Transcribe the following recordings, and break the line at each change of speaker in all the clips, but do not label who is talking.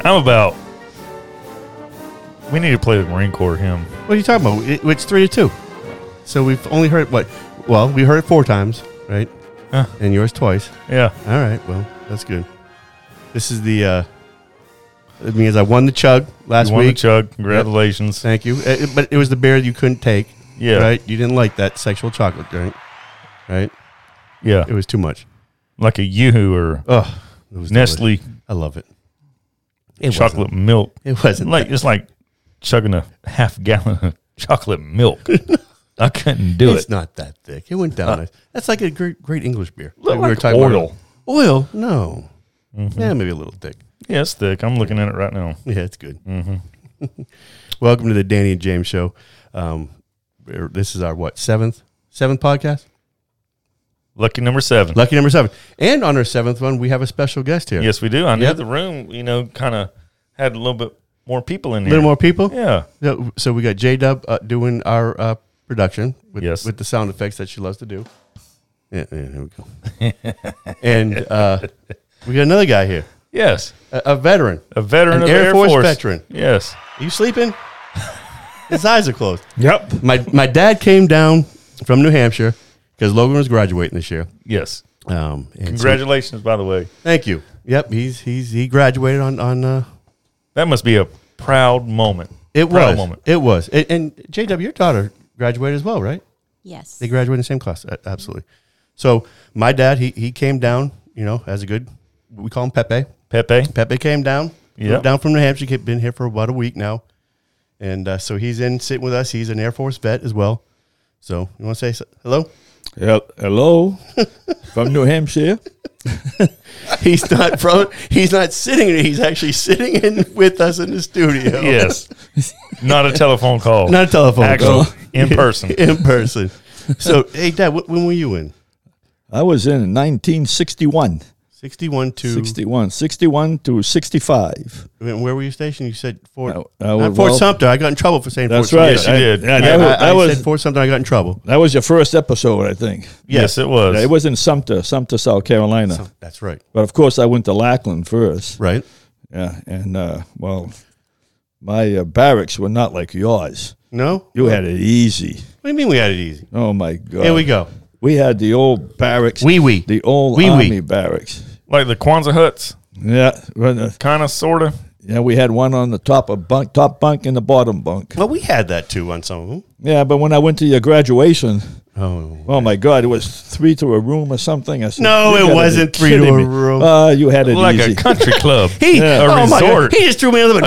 I'm about. We need to play the Marine Corps hymn.
What are you talking about? It, it's three to two. So we've only heard what? Well, we heard it four times, right?
Huh.
And yours twice.
Yeah.
All right. Well, that's good. This is the. uh It means I won the chug last
You won the
week.
chug. Congratulations.
Thank you. Uh, but it was the beer you couldn't take.
Yeah.
Right. You didn't like that sexual chocolate drink. Right.
Yeah.
It was too much.
Like a yoo-hoo or
Oh, it was delicious.
Nestle
I love it. It
chocolate milk.
Wasn't, it wasn't
Like it's like chugging a half gallon of chocolate milk. I couldn't do
It's
it. Uh.
not that thick. It went down. nice. That's like a great, great English beer.
Look like oil. Mm-hmm.
About. Oil? No. Yeah, maybe a little thick.
Yeah, it's thick. I'm looking at it right now.
Yeah, it's good. Mm-hmm. Welcome to the Danny and James show. Um, we're- this is our what seventh seventh podcast.
Lucky number seven.
Lucky number seven. And on our seventh one, we have a special guest here.
Yes, we do. I knew
Yep.
the room, you know, kind of had a little bit more people in
a
there.
little more people.
Yeah.
So- So we got J Dub uh, doing our uh, production with,
Yes.
with the sound effects that she loves to do. Yeah, yeah here we go. and uh, we got another guy here,
Yes.
a, a veteran.
A veteran
An
of the
Air
Air
Force
Force
veteran.
Yes.
you sleeping? His eyes are closed.
Yep.
My my dad came down from New Hampshire because Logan was graduating this year.
Yes.
Um, and so-
Congratulations, by the way.
thank you. Yep, he's he's he graduated on on. Uh,
That must be a proud moment.
it
proud
was
moment.
it was and, and JW, your daughter graduated as well, right?
Yes.
They graduated in the same class. A- Absolutely. So my dad, he he came down, you know, as a good, we call him Pepe.
Pepe.
Pepe came down,
Yeah.
moved down from New Hampshire. he been here for about a week now, and uh, so he's in sitting with us. He's an Air Force vet as well. So you want to say so- hello?
Hel- Hello, from New Hampshire.
He's not from. He's not sitting. there. He's actually sitting in with us in the studio.
Yes. Not a telephone call.
not a telephone
Actual,
call
in person.
in person. So hey, Dad, wh- when were you in?
I was in 1961,
Sixty-one to
61, 61 to 65.
Where were you stationed? You said Fort,
I- I
not
was-
Fort
well-
Sumter. I got in trouble for saying
That's
Fort
right.
Yes, you
I-
did.
yeah,
Sumter.
that, was,
I, I
that, was,
said Fort Sumter. I got in trouble.
that was your first episode, I think.
Yes, it was.
Yeah, it was in Sumter, Sumter, South Carolina.
That's right.
But of course, I went to Lackland first.
Right.
Yeah, and uh, well, my uh, barracks were not like yours.
No.
You had it easy.
What do you mean we had it easy?
Oh my God!
Here we go.
We had the old barracks.
Wee wee.
the old
Wee wee.
army barracks.
like the Kwanzaa huts,
Yeah, well, uh,
kind of, sort of.
yeah. We had one on the top of bunk, top bunk, and the bottom bunk.
Well, we had that too on some of them.
Yeah, but when I went to your graduation,
Oh.
oh my God, it was three to a room or something. I said,
No,
"You
it
gotta be
wasn't three to
kidding
a
me."
room.
Uh, you had it
Like
easy.
a country club.
He,
Yeah.
A
oh my God.
resort.
he just threw me another.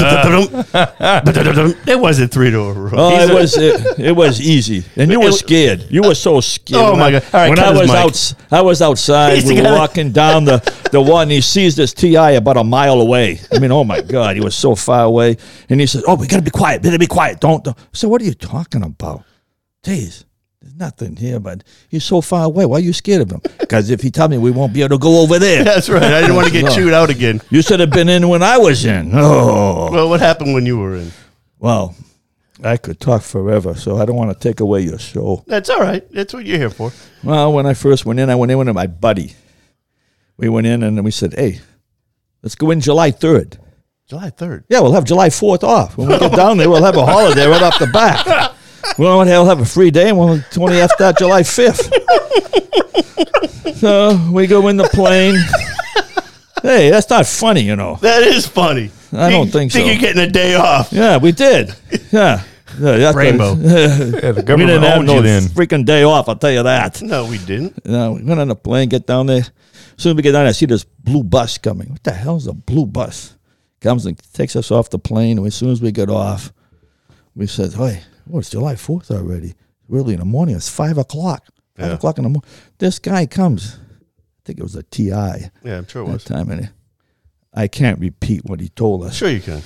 It wasn't three to a room.
Oh,
he's
it
a-
was it, it was easy, and you were scared. You were so scared.
Oh,
When
my
I-
God. All right,
when
cut
I
his
was
mic.
out, I was outside.
He's
We were
together.
walking down the the one. He sees this Ti about a mile away. I mean, oh my God, he was so far away. And he says, "Oh, we gotta be quiet. Better be quiet. Don't." don't. So, what are you talking about? Jeez, there's nothing here. But he's so far away. Why are you scared of him? Because if he tell me, we won't be able to go over there.
That's right. I didn't want to get
No.
chewed out again.
You should have been in when I was in. Oh.
Well, what happened when you were in?
Well, I could talk forever, so I don't want to take away your show.
That's all right. That's what you're here for.
Well, when I first went in, I went in with my buddy. We went in and we said, hey, let's go in July 3rd.
July 3rd.
Yeah, we'll have July 4th off. When we get down there, we'll have a holiday right off the bat. We'll have- we'll have a free day and we'll 20 after that, July 5th. So we go in the plane. Hey, that's not funny, you know.
That is funny.
I don't
You
think so.
you're getting a day off.
Yeah, we did. Yeah. yeah that's
Yeah,
Bravo.
the
We
government
didn't have
owned
no
you then.
freaking day off, I'll tell you that.
No, we didn't.
Now we went on the plane, get down there. As soon as we get down there, I see this blue bus coming. What the hell's a blue bus? Comes and takes us off the plane. And as soon as we get off, we said, Hey, oh, it's July 4th already. Really in the morning. It's 5 o'clock. 5
Yeah.
o'clock in the morning. This guy comes. I think it was a TI at
Yeah, I'm sure it
the
was.
time. And I can't repeat what he told us.
Sure you can.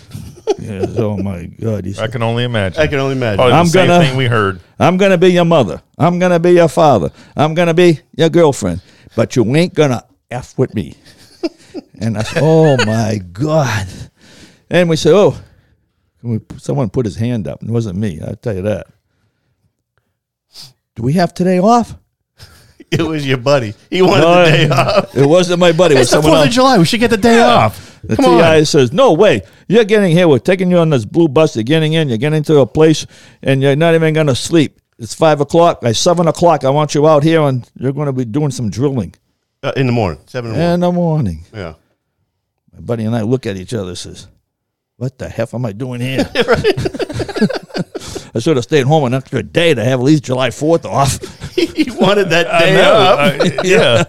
Yes, oh, my God. He
I
said,
can only imagine.
I can only imagine.
Probably
I'm
the same
gonna-
thing we heard.
I'm going to be your mother. I'm going to be your father. I'm going to be your girlfriend. But you ain't going to F with me. and I said, oh my God. And we said, oh, can we, someone put his hand up. And it wasn't me. I'll tell you that. Do we have today off?
It was your buddy. He wanted
No,
the day off.
It wasn't my buddy. It was
It's the
someone
Fourth of
else.
July. We should get the day off.
The
Come
TI says, "No way! You're getting here. We're taking you on this blue bus. You're getting in. You're getting to a place, and you're not even going to sleep. It's five o'clock. By seven o'clock, I want you out here, and you're going to be doing some drilling
Uh, in the morning, seven in the morning.
in the morning."
Yeah.
My buddy and I look at each other. Says, "What the heck am I doing here?" I should have stayed home an extra day to have at least July Fourth off.
he wanted that
I
day
know.
up.
I- yeah.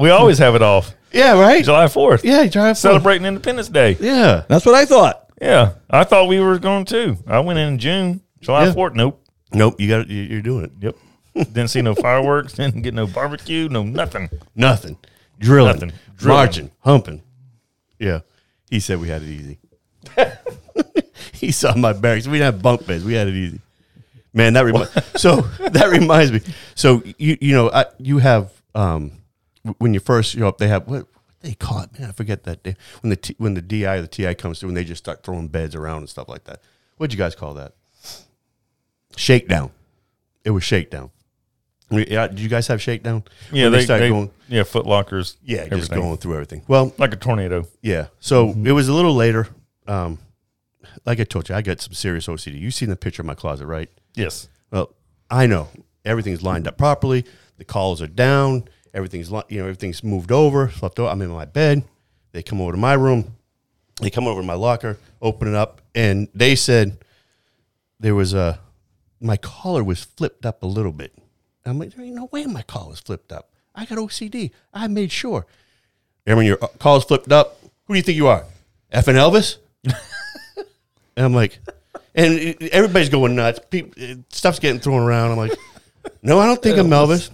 We always have it off.
Yeah, right.
July 4th.
Yeah, you drive forward.
Celebrating Independence Day.
Yeah.
That's what I thought.
Yeah. I thought we were going to. I went in June. July
Yeah.
4th. Nope.
Nope. You got. You, you're doing it.
Yep. Didn't see no fireworks. Didn't get no barbecue. No nothing.
Nothing. Drilling.
Nothing. Drilling.
Marching. Humping. Yeah. He said we had it easy. he saw my barracks. We didn't have bunk beds. We had it easy. Man, that remi- so that reminds me. So you you know I, you have um w- when you first show up they have what, what they call it man I forget that day when the T, when the DI or the TI comes through and they just start throwing beds around and stuff like that. What'd you guys call that? Shakedown. It was shakedown. We- Yeah, do you guys have shakedown?
Yeah.
When
They, they- Yeah. Foot lockers.
yeah, just
everything.
going through everything. Well,
Like a tornado.
yeah. So it was a little later. Um, like I told you, I got some serious OCD. You seen the picture of my closet, right?
Yes.
Well, I know everything's lined up properly. The calls are down. Everything's li- you know everything's moved over, slept over. I'm in my bed. They come over to my room. They come over to my locker, open it up, and they said there was a my collar was flipped up a little bit. I'm like, there ain't no way my collar's flipped up. I got OCD. I made sure. And when your uh, collar's flipped up, who do you think you are? F and Elvis? And I'm like, and it- it- everybody's going nuts. People, it- stuff's getting thrown around. I'm like, no, I don't think I'm Elvis.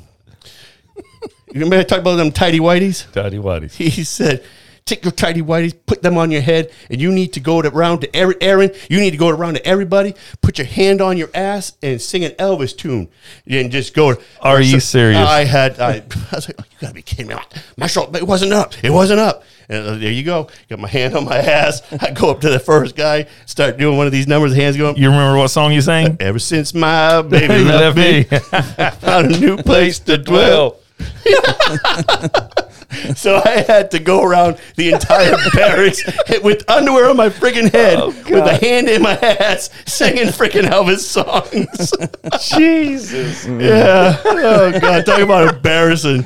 You remember I talked about them tidy whities?
Tidy whities.
He said, take your tidy whities, put them on your head, and you need to go to, around to every Aaron. You need to go around to everybody, put your hand on your ass, and sing an Elvis tune, and just go.
Are you serious?
I had I, I was like, oh, you gotta be kidding me! My shoulder, it wasn't up. It wasn't up. And uh, there you go. Got my hand on my ass. I go up to the first guy, start doing one of these numbers. Hands going. up.
You remember what song you sang?
Ever since my baby
He left
left me,
me.
I found a new place to dwell. So I had to go around the entire barracks with underwear on my freaking head, with a hand in my ass, singing freaking Elvis songs.
Jesus.
yeah. Oh god, talk about embarrassing.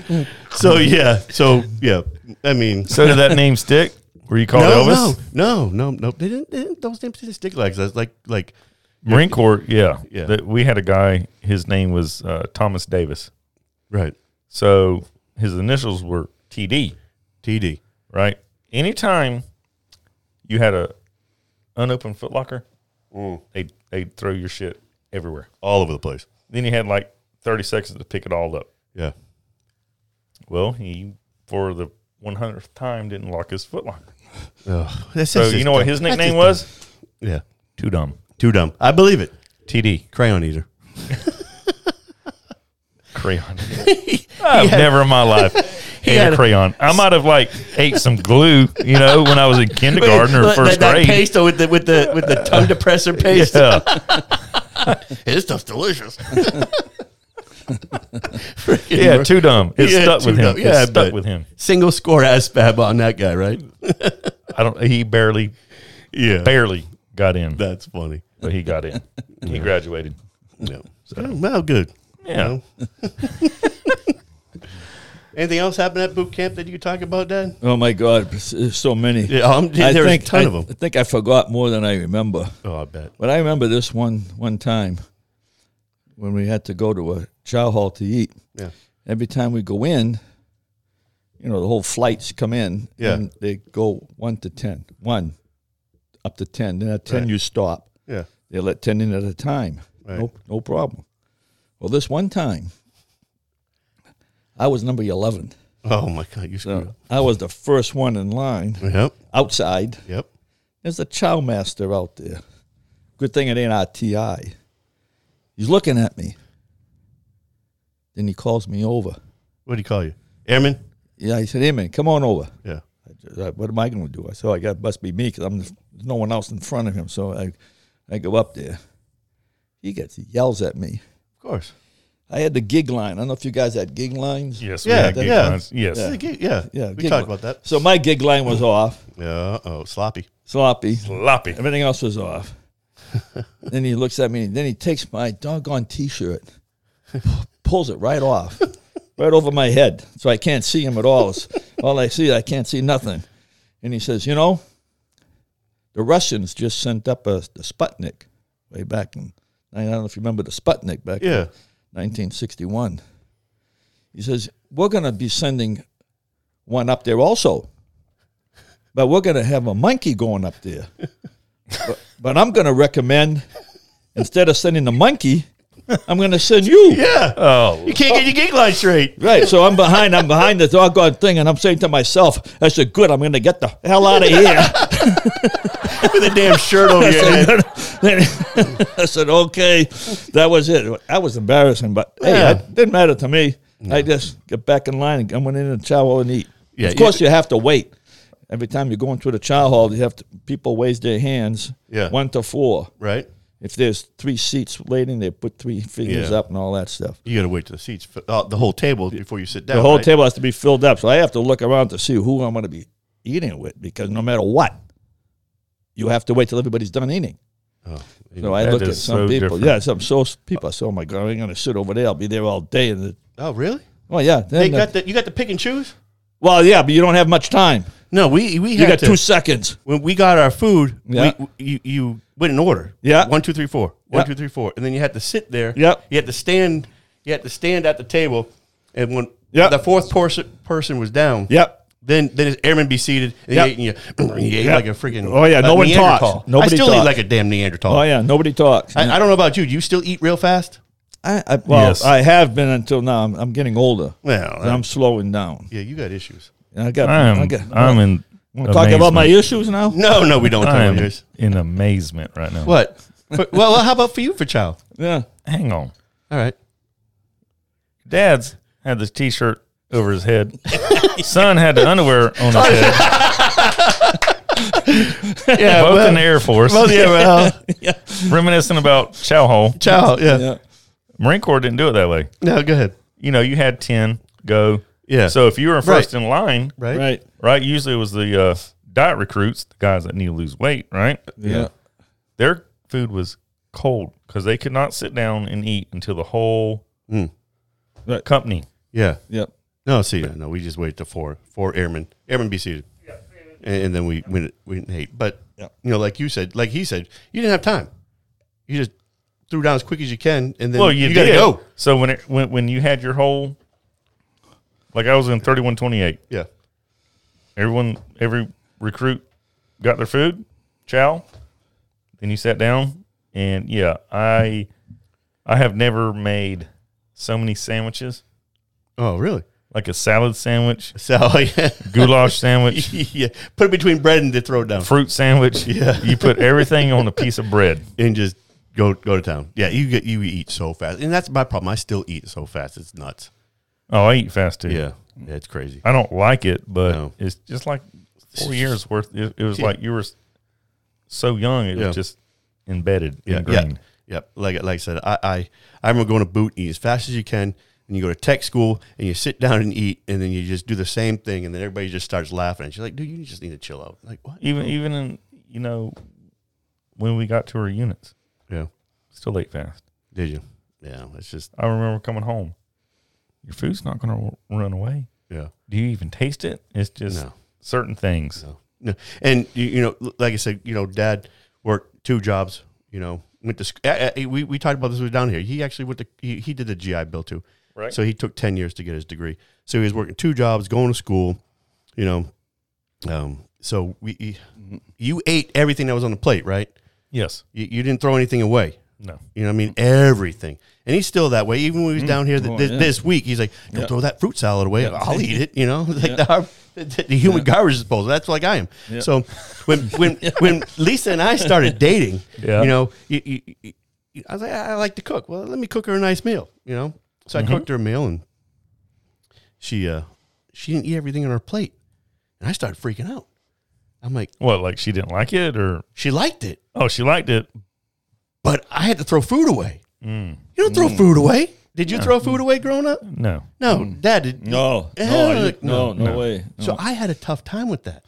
So yeah. So yeah. I mean,
So did that name stick? Were you called
no,
Elvis?
no, no, no, no. They didn't. They didn't those names didn't stick like that. Like like
Marine Corps, yeah.
Yeah.
That- we had a guy, his name was uh, Thomas Davis.
right.
So his initials were TD,
TD.
right? Anytime you had a unopened footlocker,
Mm.
they'd, they'd throw your shit everywhere.
All over the place.
Then you had like 30 seconds to pick it all up.
Yeah.
Well, he, for the 100th time, didn't lock his footlocker.
Oh, that's
So
just-
you know what his
that's
nickname
just
was?
dumb. Yeah.
Too dumb.
Too dumb. I believe it.
TD,
Crayon eater.
crayon. I've never in my life ate a
had a-
crayon. I might have like ate some glue, you know, when I was in kindergarten or
Like
first
that,
grade.
That pesto with the with the with the tongue depressor paste.
Yeah.
This stuff's delicious.
Yeah, too dumb. It
Yeah,
stuck
too
with him.
dumb.
It
Yeah, I
stuck
bet.
with him.
Single score ass fab on that guy, right?
I don't. He barely,
Yeah,
barely got in,
that's funny.
but he got in. He graduated.
No, Oh, well, good.
Yeah.
Anything else happened at boot camp that you could talk about, Dad?
Oh my God, there's so many.
Yeah, I'm,
I
there's
think,
a ton
I,
of
I
them.
think I forgot more than I remember.
Oh, I bet.
But I remember this one one time when we had to go to a chow hall to eat.
Yeah.
Every time we go in, you know, the whole flights come in
Yeah.
and they go one to ten. One up to ten. Then at ten you stop.
Yeah.
They let ten in at a time. No no problem. Well this one time I was number eleven.
Oh my God, you screwed up.
I was the first one in line
Yep.
outside.
Yep.
There's a chow master out there. Good thing it ain't our TI. He's looking at me. Then he calls me over.
What do you call you, Airman?
Yeah, he said, hey man, come on over.
Yeah.
I ju- I- what am I going to do? I said, oh, I got must be me because I'm the- there's no one else in front of him. So I, I go up there. He gets he yells at me.
Of course.
I had the gig line. I don't know if you guys had gig lines.
Yes.
Yeah,
We had gig
yeah.
lines. Yes.
Yeah, gig- yeah,
Yeah,
We
gig
talked
line.
about that.
So my gig line was off,
Yeah, oh, sloppy.
sloppy.
Sloppy.
Everything else was off. then he looks at me. And then he takes my doggone T-shirt, pulls it right off, right over my head, so I can't see him at all. It's- all I see, I can't see nothing. And he says, "You know, the Russians just sent up a, a Sputnik way back in. I don't know if you remember the Sputnik back in
Yeah,
1961. He says, We're going to be sending one up there also, but we're going to have a monkey going up there. but, but I'm going to recommend instead of sending the monkey, I'm going to send you.
yeah.
Oh,
you can't get your gig line straight.
Right, so I'm behind. I'm behind the doggone thing, and I'm saying to myself, "That's a good. I'm going to get the hell out of here."
With a damn shirt over your head.
I said, okay, that was it. That was embarrassing, but hey,
Yeah.
it didn't matter to me. I just get back in line and I went in and chow and eat.
Yeah,
of course, you, have to wait. Every time you're going through the chow hall, you have to, people raise their hands
Yeah.
one to four.
Right?
If there's three seats waiting, they put three fingers
Yeah.
up and all that stuff.
You got to wait till the seats, fi- uh, the whole table before you sit down.
The whole
right?
table has to be filled up, so I have to look around to see who I'm going to be eating with because no matter what, you have to wait till everybody's done eating.
Oh,
So I
That
looked
is
at some
so
people.
different.
Yeah, some so people. I said, "Oh my god, I'm going to sit over there. I'll be there all day." And the,
oh, really?
well, yeah.
They
Then the-
got the, you got to pick and choose?
well, yeah, but you don't have much time.
No, we we
You
had
got
to-
two seconds.
when we got our food,
Yeah.
we, you you went in order.
Yeah.
One, two, three, four. One,
Yeah.
two, three, four. And then you had to sit there.
Yep.
You had to stand. You had to stand at the table, and when
Yeah.
the fourth person person was down.
Yep.
Then then his airman be seated. And
Yep.
he ate, and you, you ate
Yep.
like a freaking
Oh, yeah,
a
no one talks.
Neanderthal.
Nobody
I still eat
talks.
like a damn Neanderthal.
Oh yeah, nobody talks.
I, I don't know about you. Do you still eat real fast?
I, I, well,
Yes.
I have been until now. I'm, I'm getting older.
Well, uh,
And I'm slowing down.
yeah, you got issues.
And I got. I
I'm
got,
I'm in.
Wanna talk about my issues now.
No, no, we don't talk
I
about
am
yours.
in amazement right now.
What? But- well, how about for you, for child?
Yeah.
Hang on.
All right.
Dad's had this T-shirt over his head. Son had the underwear on his head.
Yeah,
Both
well,
in the Air Force.
well, yeah, well,
Reminiscing about chow hall.
child, yeah.
Yeah.
Marine Corps didn't do it that way.
No, go ahead.
You know, you had ten go.
Yeah.
So if you were first in line,
Right?
Right.
right? Usually it was the uh, diet recruits, the guys that need to lose weight, right?
Yeah.
Their food was cold because they could not sit down and eat until the whole
Mm.
Right.
company.
Yeah.
Yep.
No, see, no, no, we just waited to four, four airmen, airmen be seated, and, and then we went, we didn't hate. But
Yeah.
you know, like you said, like he said, you didn't have time. You just threw down as quick as you can, and then
Well, you,
gotta
did.
go.
So when it when when you had your whole, like I was in thirty one twenty eight.
Yeah,
Everyone, every recruit got their food, chow. Then you sat down, and yeah, I, I have never made so many sandwiches,
Oh, really?
like a salad sandwich,
So yeah,
goulash sandwich,
yeah. Put it between bread and the throw it down,
fruit sandwich.
Yeah.
You put everything on a piece of bread.
and just go go to town. Yeah, you get you eat so fast, and that's my problem. I still eat so fast. It's nuts.
Oh, I eat fast too.
Yeah, yeah it's crazy.
I don't like it, but
No.
it's just like four years worth. It, it was like you were s- so young. It
Yeah.
was just embedded,
yeah, yeah,
ingrained.
yeah. Like like I said, I, I I remember going to boot and eat as fast as you can, and you go to tech school and you sit down and eat, and then you just do the same thing, and then everybody just starts laughing. And she's like, "Dude, you just need to chill out." Like what?
Even even in you know when we got to our units,
Yeah.
still ate fast.
Did you? Yeah. It's just
I remember coming home. Your food's not going to run away.
yeah.
Do you even taste it? It's just
No.
certain things.
No. No. And you, you know, like I said, you know, Dad worked two jobs. You know, went to sc- uh, uh, we we talked about this when we were down here. He actually went to he, he did the GI Bill too.
Right.
So he took ten years to get his degree. So he was working two jobs, going to school. You know, um. So we he- you ate everything that was on the plate, right?
Yes.
You, you didn't throw anything away.
No.
You know, what I mean, everything. And he's still that way. Even when he was down here th-
Mm-hmm. Oh,
this,
yeah.
this week, he's like, "Don't throw that fruit salad away. I'll eat it." You know, like the, the, the human garbage disposal. That's like I am. So when when when Lisa and I started dating,
Yeah.
you know, you, you, you- I was like, "I I like to cook. Well, let me cook her a nice meal." You know, so
Mm-hmm.
I cooked her a meal, and she uh she didn't eat everything on her plate, and I started freaking out. I'm like,
What? Like she didn't like it, or
she liked it,
oh, she liked it.
but I had to throw food away. You don't throw food away. Did you throw food away growing up?
No.
No, Dad. Did,
Mm. No, no, I didn't- no, no, Mm. way.
So I had a tough time with that.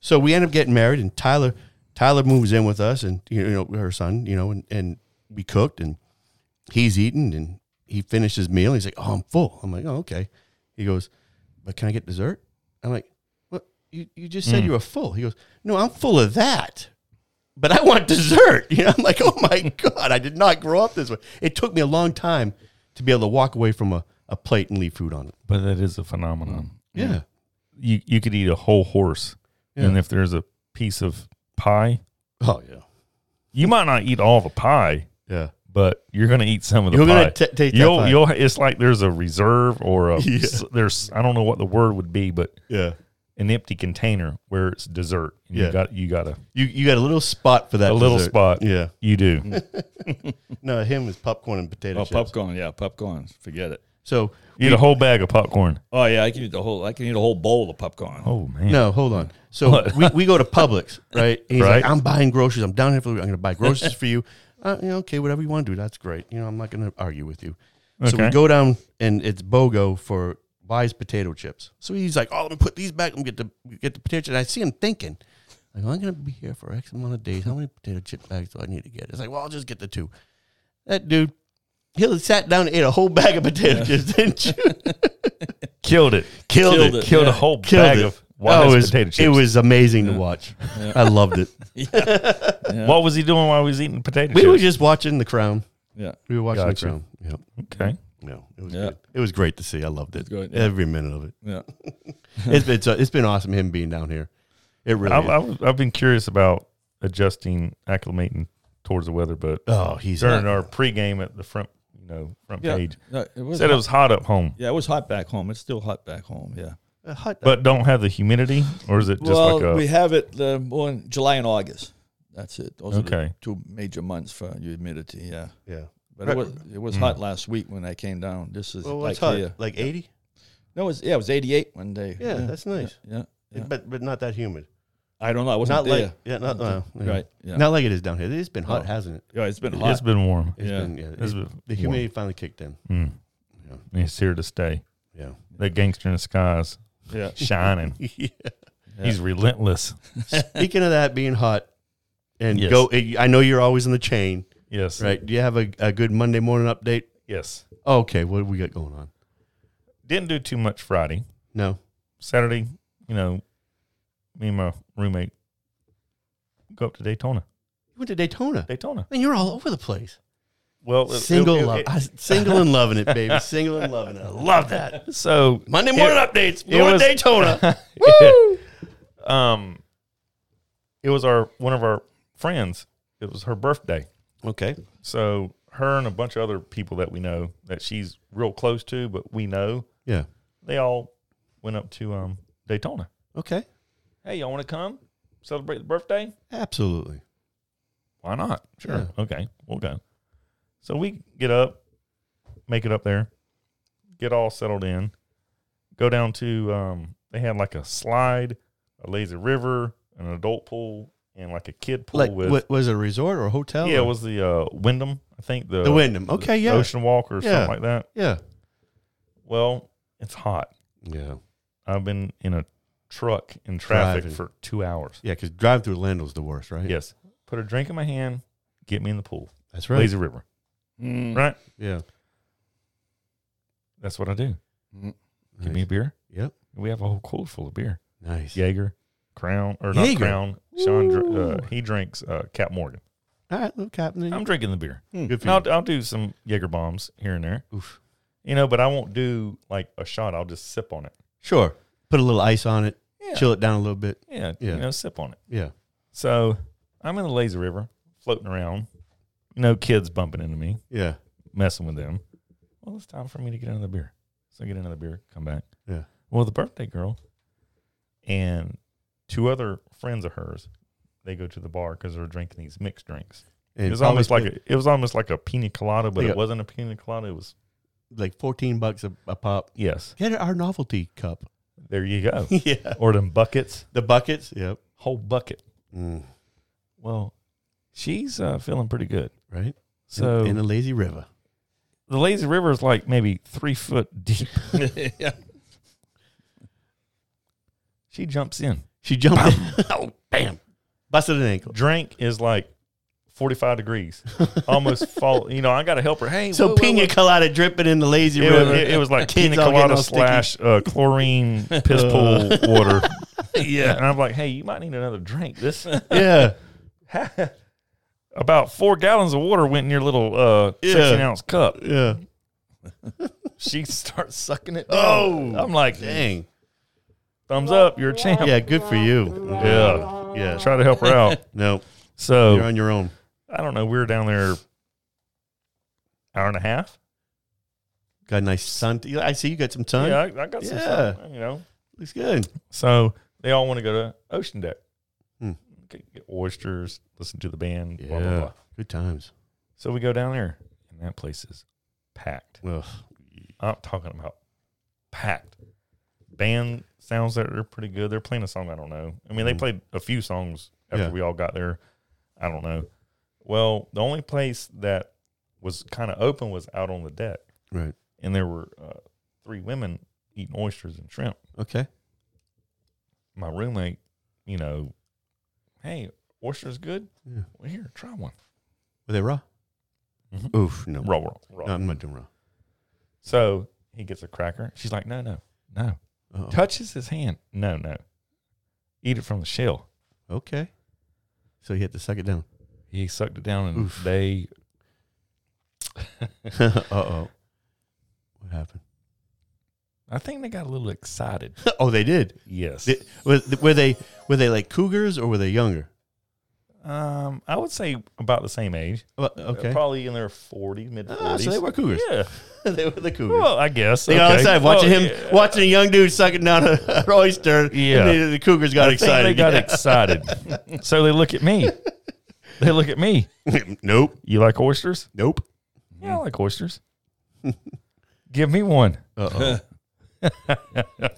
So we end up getting married, and Tyler Tyler moves in with us, and you know her son, you know, and, and we cooked, and he's eating, and he finished his meal. And he's like, "Oh, I'm full." I'm like, "Oh, okay." He goes, "But can I get dessert?" I'm like, "What? You, you just
Mm.
said you were full." He goes, "No, I'm full of that." But I want dessert. You know, I'm like, oh my God, I did not grow up this way. It took me a long time to be able to walk away from a, a plate and leave food on it.
But that is a phenomenon.
Yeah.
You you could eat a whole horse, and
Yeah.
if there's a piece of pie,
Oh, yeah.
you might not eat all the pie,
Yeah.
but you're going to eat some of the
You're
pie.
gonna ta- take that
you'll
pie.
you'll it's like there's a reserve or a
Yeah.
s- there's I don't know what the word would be, but
Yeah.
an empty container where it's dessert. And
Yeah.
You got you got a
You you got a little spot for that.
a little
dessert.
spot.
Yeah. Mm.
You do.
No, him is popcorn and potato
Oh,
chips.
popcorn. Yeah, popcorn. Forget it.
So
Eat a whole bag of popcorn.
Oh yeah, I can eat the whole. I can eat a whole bowl of popcorn.
Oh man.
no, hold on. So we, we go to Publix, right? And he's
Right.
like, I'm buying groceries. I'm down here for the. I'm going to buy groceries for you. Uh, you know, okay, whatever you want to do, that's great. You know, I'm not going to argue with you. So
Okay.
we go down and it's Bogo for buys potato chips. So he's like, oh, I'm gonna put these back. I'm gonna get the get the potato. chips." And I see him thinking, like, I'm gonna be here for X amount of days. How many potato chip bags do I need to get? It's like, well, I'll just get the two. That dude, he would sat down and ate a whole bag of potato chips, didn't you?
Killed it.
Killed,
Killed
it.
it.
Killed
Yeah.
a whole
Killed
bag
it.
of wild
Oh, it was,
potato chips.
It was amazing to watch. I loved it.
What was he doing while he was eating potato
We
chips?
were just watching The Crown.
Yeah.
We were watching
Gotcha.
The Crown. Yep.
okay.
No, it was
Yeah.
good. It was great to see. I loved it.
good, yeah.
Every minute of it.
Yeah.
It's it's, uh, it's been awesome him being down here. It really.
I,
is.
I, I've been curious about adjusting, acclimating towards the weather, but
Oh, he's
during
not,
our pregame at the front, you know, front
Yeah.
page,
No, it was
said it
hot.
was hot up home,
yeah, it was hot back home. It's still hot back home. Yeah.
a Uh, hot dog.
but don't have the humidity, or is it just
well,
like a
we have it uh, well, in July and August. That's it. Those are
Okay.
the two major months for humidity. Yeah.
yeah.
But it was it was hot last week when I came down. This is
Well,
like
what's hot?
here.
Like eighty?
No, it was yeah, it was 88 one day.
Yeah, that's nice.
Yeah. yeah.
But but not that humid.
I don't know. I wasn't
Not
there.
like yeah, not uh, yeah.
Right, yeah.
Not like it is down here. It's been hot,
Oh.
hasn't it?
yeah, it's been hot.
It's been warm.
It's
Yeah.
been yeah.
It's
it-
been
the humidity finally kicked in.
Mm. It's here to stay.
Yeah.
The gangster in the skies
yeah.
shining.
yeah.
He's relentless.
Speaking of that being hot, and
Yes.
go. eh, I know you're always in the chain,
Yes.
right? Do you have a, a good Monday morning update? Oh,
Yes.
Okay, what do we got going on?
Didn't do too much Friday.
No.
Saturday, you know, me and my roommate go up to Daytona.
You went to Daytona.
Daytona.
And you're all over the place.
Well, it-
Single
it- it-
love.
it-
I- single and loving it, baby. Single and loving it. I love that.
so
Monday morning
It-
updates.
it
Going
was-
to Daytona.
um, it was our one of our friends. It was her birthday,
okay.
so her and a bunch of other people that we know that she's real close to, but we know
Yeah.
they all went up to um Daytona.
Okay.
Hey, y'all want to come celebrate the birthday?
Absolutely.
Why not? Sure. Okay, we'll go. So we get up, make it up there, get all settled in, go down to um, they had like a slide, a lazy river, an adult pool, and like a kid pool
Like,
with
what, was it a resort or a hotel?
yeah,
or-
it was the uh, Wyndham, I think the
the Wyndham. Okay. Yeah.
Ocean Walk or
Yeah.
something like that.
Yeah.
Well, it's hot.
Yeah.
I've been in a truck in traffic
Driving.
for two hours.
Yeah. Because drive through Orlando's the worst, right?
Yes, put a drink in my hand, get me in the pool,
That's right.
lazy river,
Mm.
right?
Yeah.
That's what I do. Give me a
Nice.
beer.
Yep.
We have a whole cooler full of beer.
Nice.
Jaeger, Crown, or not
Jaeger.
Crown. Sean, dr- uh, he drinks uh, Cap Morgan.
All right, little captain.
I'm drinking the beer.
Good for
And
you.
I'll, I'll do some Jaeger bombs here and there.
Oof.
You know, but I won't do like a shot. I'll just sip on it.
Sure. Put a little ice on it.
Yeah.
Chill it down a little bit.
Yeah,
Yeah.
You know, sip on it.
Yeah.
So I'm in the lazy river, floating around. No kids bumping into me,
Yeah.
messing with them. Well, it's time for me to get another beer. So I get another beer, come back.
Yeah.
Well, the birthday girl and two other friends of hers, they go to the bar because they're drinking these mixed drinks.
And
It was
probably
almost like
spent,
a, it was almost like a pina colada, but
Like
it
a-
wasn't a pina colada. It was
like 14 bucks a, a pop.
yes.
Get our novelty cup.
There you go.
yeah.
or them buckets,
The buckets. Yep.
whole bucket.
Mm,
Well, she's uh, feeling pretty good.
right.
So
in, in the lazy river.
the lazy river is like maybe three foot deep.
yeah.
She jumps in.
She jumped. in. oh, bam! Busted an ankle.
Drink is like forty five degrees, almost fall. You know, I got to help her. Hey,
So
whoa, whoa,
pina
whoa.
colada dripping in the lazy
It was,
river.
it, it was like
Kids
pina
all getting
colada
all sticky. Uh,
slash uh, chlorine piss pool water.
yeah,
And I'm like, hey, you might need another drink. This
yeah.
about four gallons of water went in your little uh,
Yeah.
16 ounce cup.
Yeah.
She starts sucking it.
Oh.
down. I'm like,
Dang.
thumbs up, you're a champ.
Yeah, good for you.
Yeah.
Yeah.
Try Oh. to help her out.
No,
So
you're on your own.
I don't know. We were down there hour and a half.
Got a nice sun. I see you got some sun.
Yeah, I, I got some
Yeah.
stuff, you know.
Looks good.
So they all want to go to Ocean Deck.
Hmm.
Get, get oysters, listen to the band, blah, blah, blah.
Good times.
So we go down there, and that place is packed.
Well,
I'm talking about packed. Band sounds that are pretty good. They're playing a song I don't know. I mean, they
Mhm.
played a few songs after
Yeah.
we all got there. I don't know. Well, the only place that was kind of open was out on the deck,
right.
and there were uh, three women eating oysters and shrimp.
Okay.
My roommate, you know, hey, oysters good.
Yeah.
Well, here, try one.
Were they raw?
Mhm.
Oof. No.
Raw, raw, raw.
No, I'm not doing raw.
So he gets a cracker. She's like, no, no, no.
Oh,
Touches his hand. No, no. Eat it from the shell.
okay. So you had to suck it down.
He sucked it down, and
Oof.
they
uh oh. What happened?
I think they got a little excited.
oh, they did.
Yes.
They- were, were they were they like cougars or were they younger?
um, I would say about the same age.
Well,
They're
okay.
Probably in their 40s, mid 40s.
Ah, so they were cougars.
Yeah.
they were the cougars.
Well, I guess.
They got
Okay.
outside
Well,
watching him,
yeah.
watching a young dude sucking down a, an oyster.
Yeah.
and the, the Cougars got
I think
excited.
They got excited. so they look at me. They look at me.
nope,
You like oysters?
nope.
Yeah, I like oysters. Give me one.
Uh oh.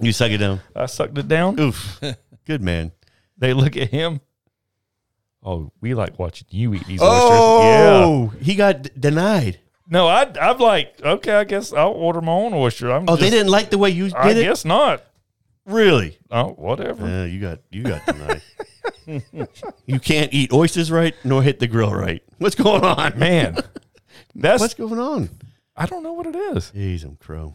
you suck it down.
I sucked it down.
Oof. Good man.
They look at him. Oh, we like watching you eat these oysters. Yeah.
Oh, he got d- denied.
No, I, I'm like, okay, I guess I'll order my own oyster. I'm
Oh,
just,
they didn't like the way you did
I
it.
guess not.
Really?
Oh, whatever.
Yeah, Uh, you got you got denied. you can't eat oysters right, nor hit the grill right. What's going on, man?
Man, that's
What's going on?
I don't know what it is.
Jeez, I'm crow.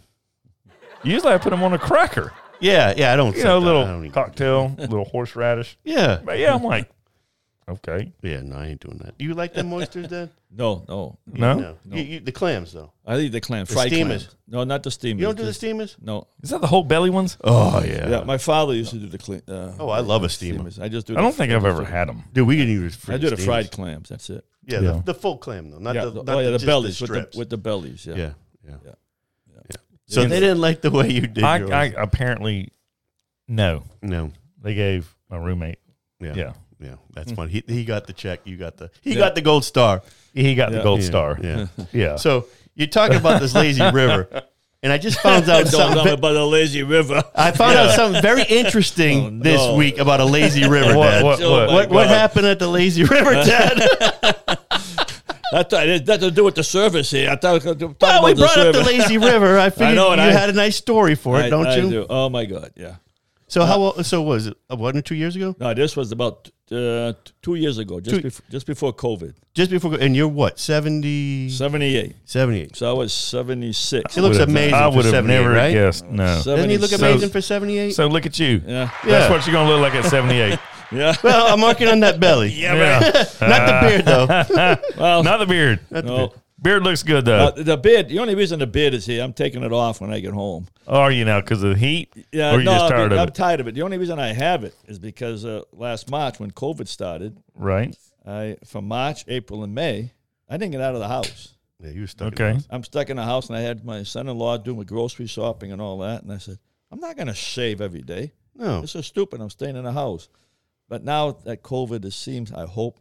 Usually I put them on a cracker,
Yeah, yeah. I don't.
you know, a
I don't
little
eat-
cocktail, little horseradish.
yeah,
But yeah, I'm like, okay,
yeah. No, I ain't doing that. You like them oysters, then?
No, no.
no,
No. You, you, the clams, though.
I eat the clam, fried
steamers.
clams. No, not the steamers.
You don't do the
Just-
steamers?
No.
is that the whole belly ones?
Oh, yeah.
Yeah, my father used to do the clam. Uh,
Oh, I love a steamer.
steamers. I just do.
I
the-
don't think I've ever had them.
Dude, we can use
I do the fried clams. That's it.
Yeah,
Yeah.
The, the full clam, though. Not
Yeah.
the,
the-
not
oh, yeah. The
just
bellies with the
strips.
with the bellies. Yeah.
yeah, yeah.
Yeah.
Yeah. So they didn't like the way you did
I,
yours.
I apparently no.
no.
They gave my roommate.
Yeah. Yeah.
Yeah,
That's funny. He, he got the check. You got the. He
Hmm. Yeah.
got the gold star.
he got the
Yeah.
gold
Yeah,
star. Yeah.
Yeah. So you're talking about this lazy river, and I just found
I
out
don't know
something.
about the lazy river.
I found out something very interesting
Oh, no.
this week about a lazy river,
What,
Dad.
what,
Oh,
what?
my
what, what
God.
happened at the lazy river, Dad?
That that has nothing to do with the service here. I thought talking
Well,
about
we
the
brought up the
service.
lazy river. I figured
know,
you
and I-
had a nice story for it,
I-
don't
I
you?
do. Oh my God! Yeah.
So how old, so was it? uh, Wasn't it two years ago?
No, this was about uh, t- two years ago, just
Two-
before, just before COVID,
Just before, and you're what 70,
seventy-eight.
78.
So I was seventy-six.
He looks
Would've-
amazing.
I
for
would have
78,
never
right?
guessed. No.
Doesn't he look
76.
amazing for seventy eight?
So look at you.
Yeah.
That's
Yeah.
what you're gonna look like at 78.
Yeah.
well, I'm working on that belly. yeah,
yeah.
not the beard though.
Well,
Not the beard.
no.
Beard looks good though.
Uh, the beard. The only reason the beard is here, I'm taking it off when I get home.
Are you now because of the heat?
Yeah,
or you
no,
just
I
tired
mean,
of
I'm
it?
tired of it. The only reason I have it is because uh, last March when COVID started,
right.
I for March, April, and May, I didn't get out of the house.
yeah, you were stuck. in
Okay.
the house.
I'm stuck in the house, and I had my son-in-law doing grocery shopping and all that. And I said, I'm not going to shave every day.
No.
This is stupid. I'm staying in the house. But now that COVID is, seems, I hope,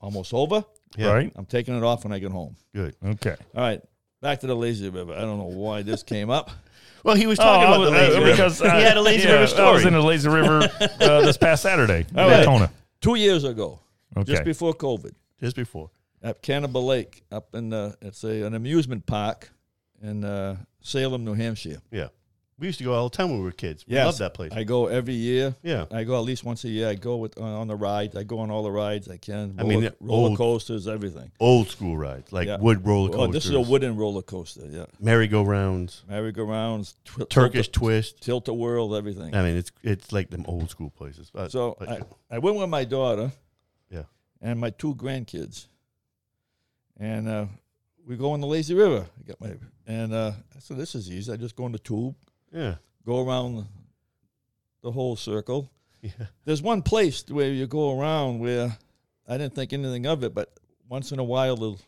almost over,
Yeah.
Right.
I'm taking it off when I get home.
Good.
Okay.
All right, back to the lazy river. I don't know why this came up.
Well, he was talking about
I was-
the lazy
uh,
river.
because I-
he had a lazy
yeah,
river
I was in
story.
the lazy river uh, this past Saturday,
All right.
Daytona.
Two years ago,
Okay.
just before COVID,
Just before.
at Cannibal Lake, up in the, it's a, an amusement park in uh, Salem, New Hampshire.
Yeah. We used to go all the time when we were kids. We
Yes.
loved that place.
I go every year.
Yeah.
I go at least once a year. I go with, uh, on the rides. I go on all the rides I can.
I mean,
Roller-
the
roller
old-
coasters, everything.
Old school rides, like
Yeah.
wood roller
Oh,
coasters.
this is a wooden roller coaster. Yeah,
merry-go-rounds,
merry-go-rounds, twi-
Turkish twist.
tilt a whirl, everything.
I mean, it's it's like them old school places. Uh,
So
but-
I, I went with my daughter
yeah,
and my two grandkids, and uh, we go on the lazy river. I got my and uh, so this is easy. I just go on the tube,
yeah,
go around the, the whole circle.
yeah.
There's one place where you go around where I didn't think anything of it, but once in a while they'll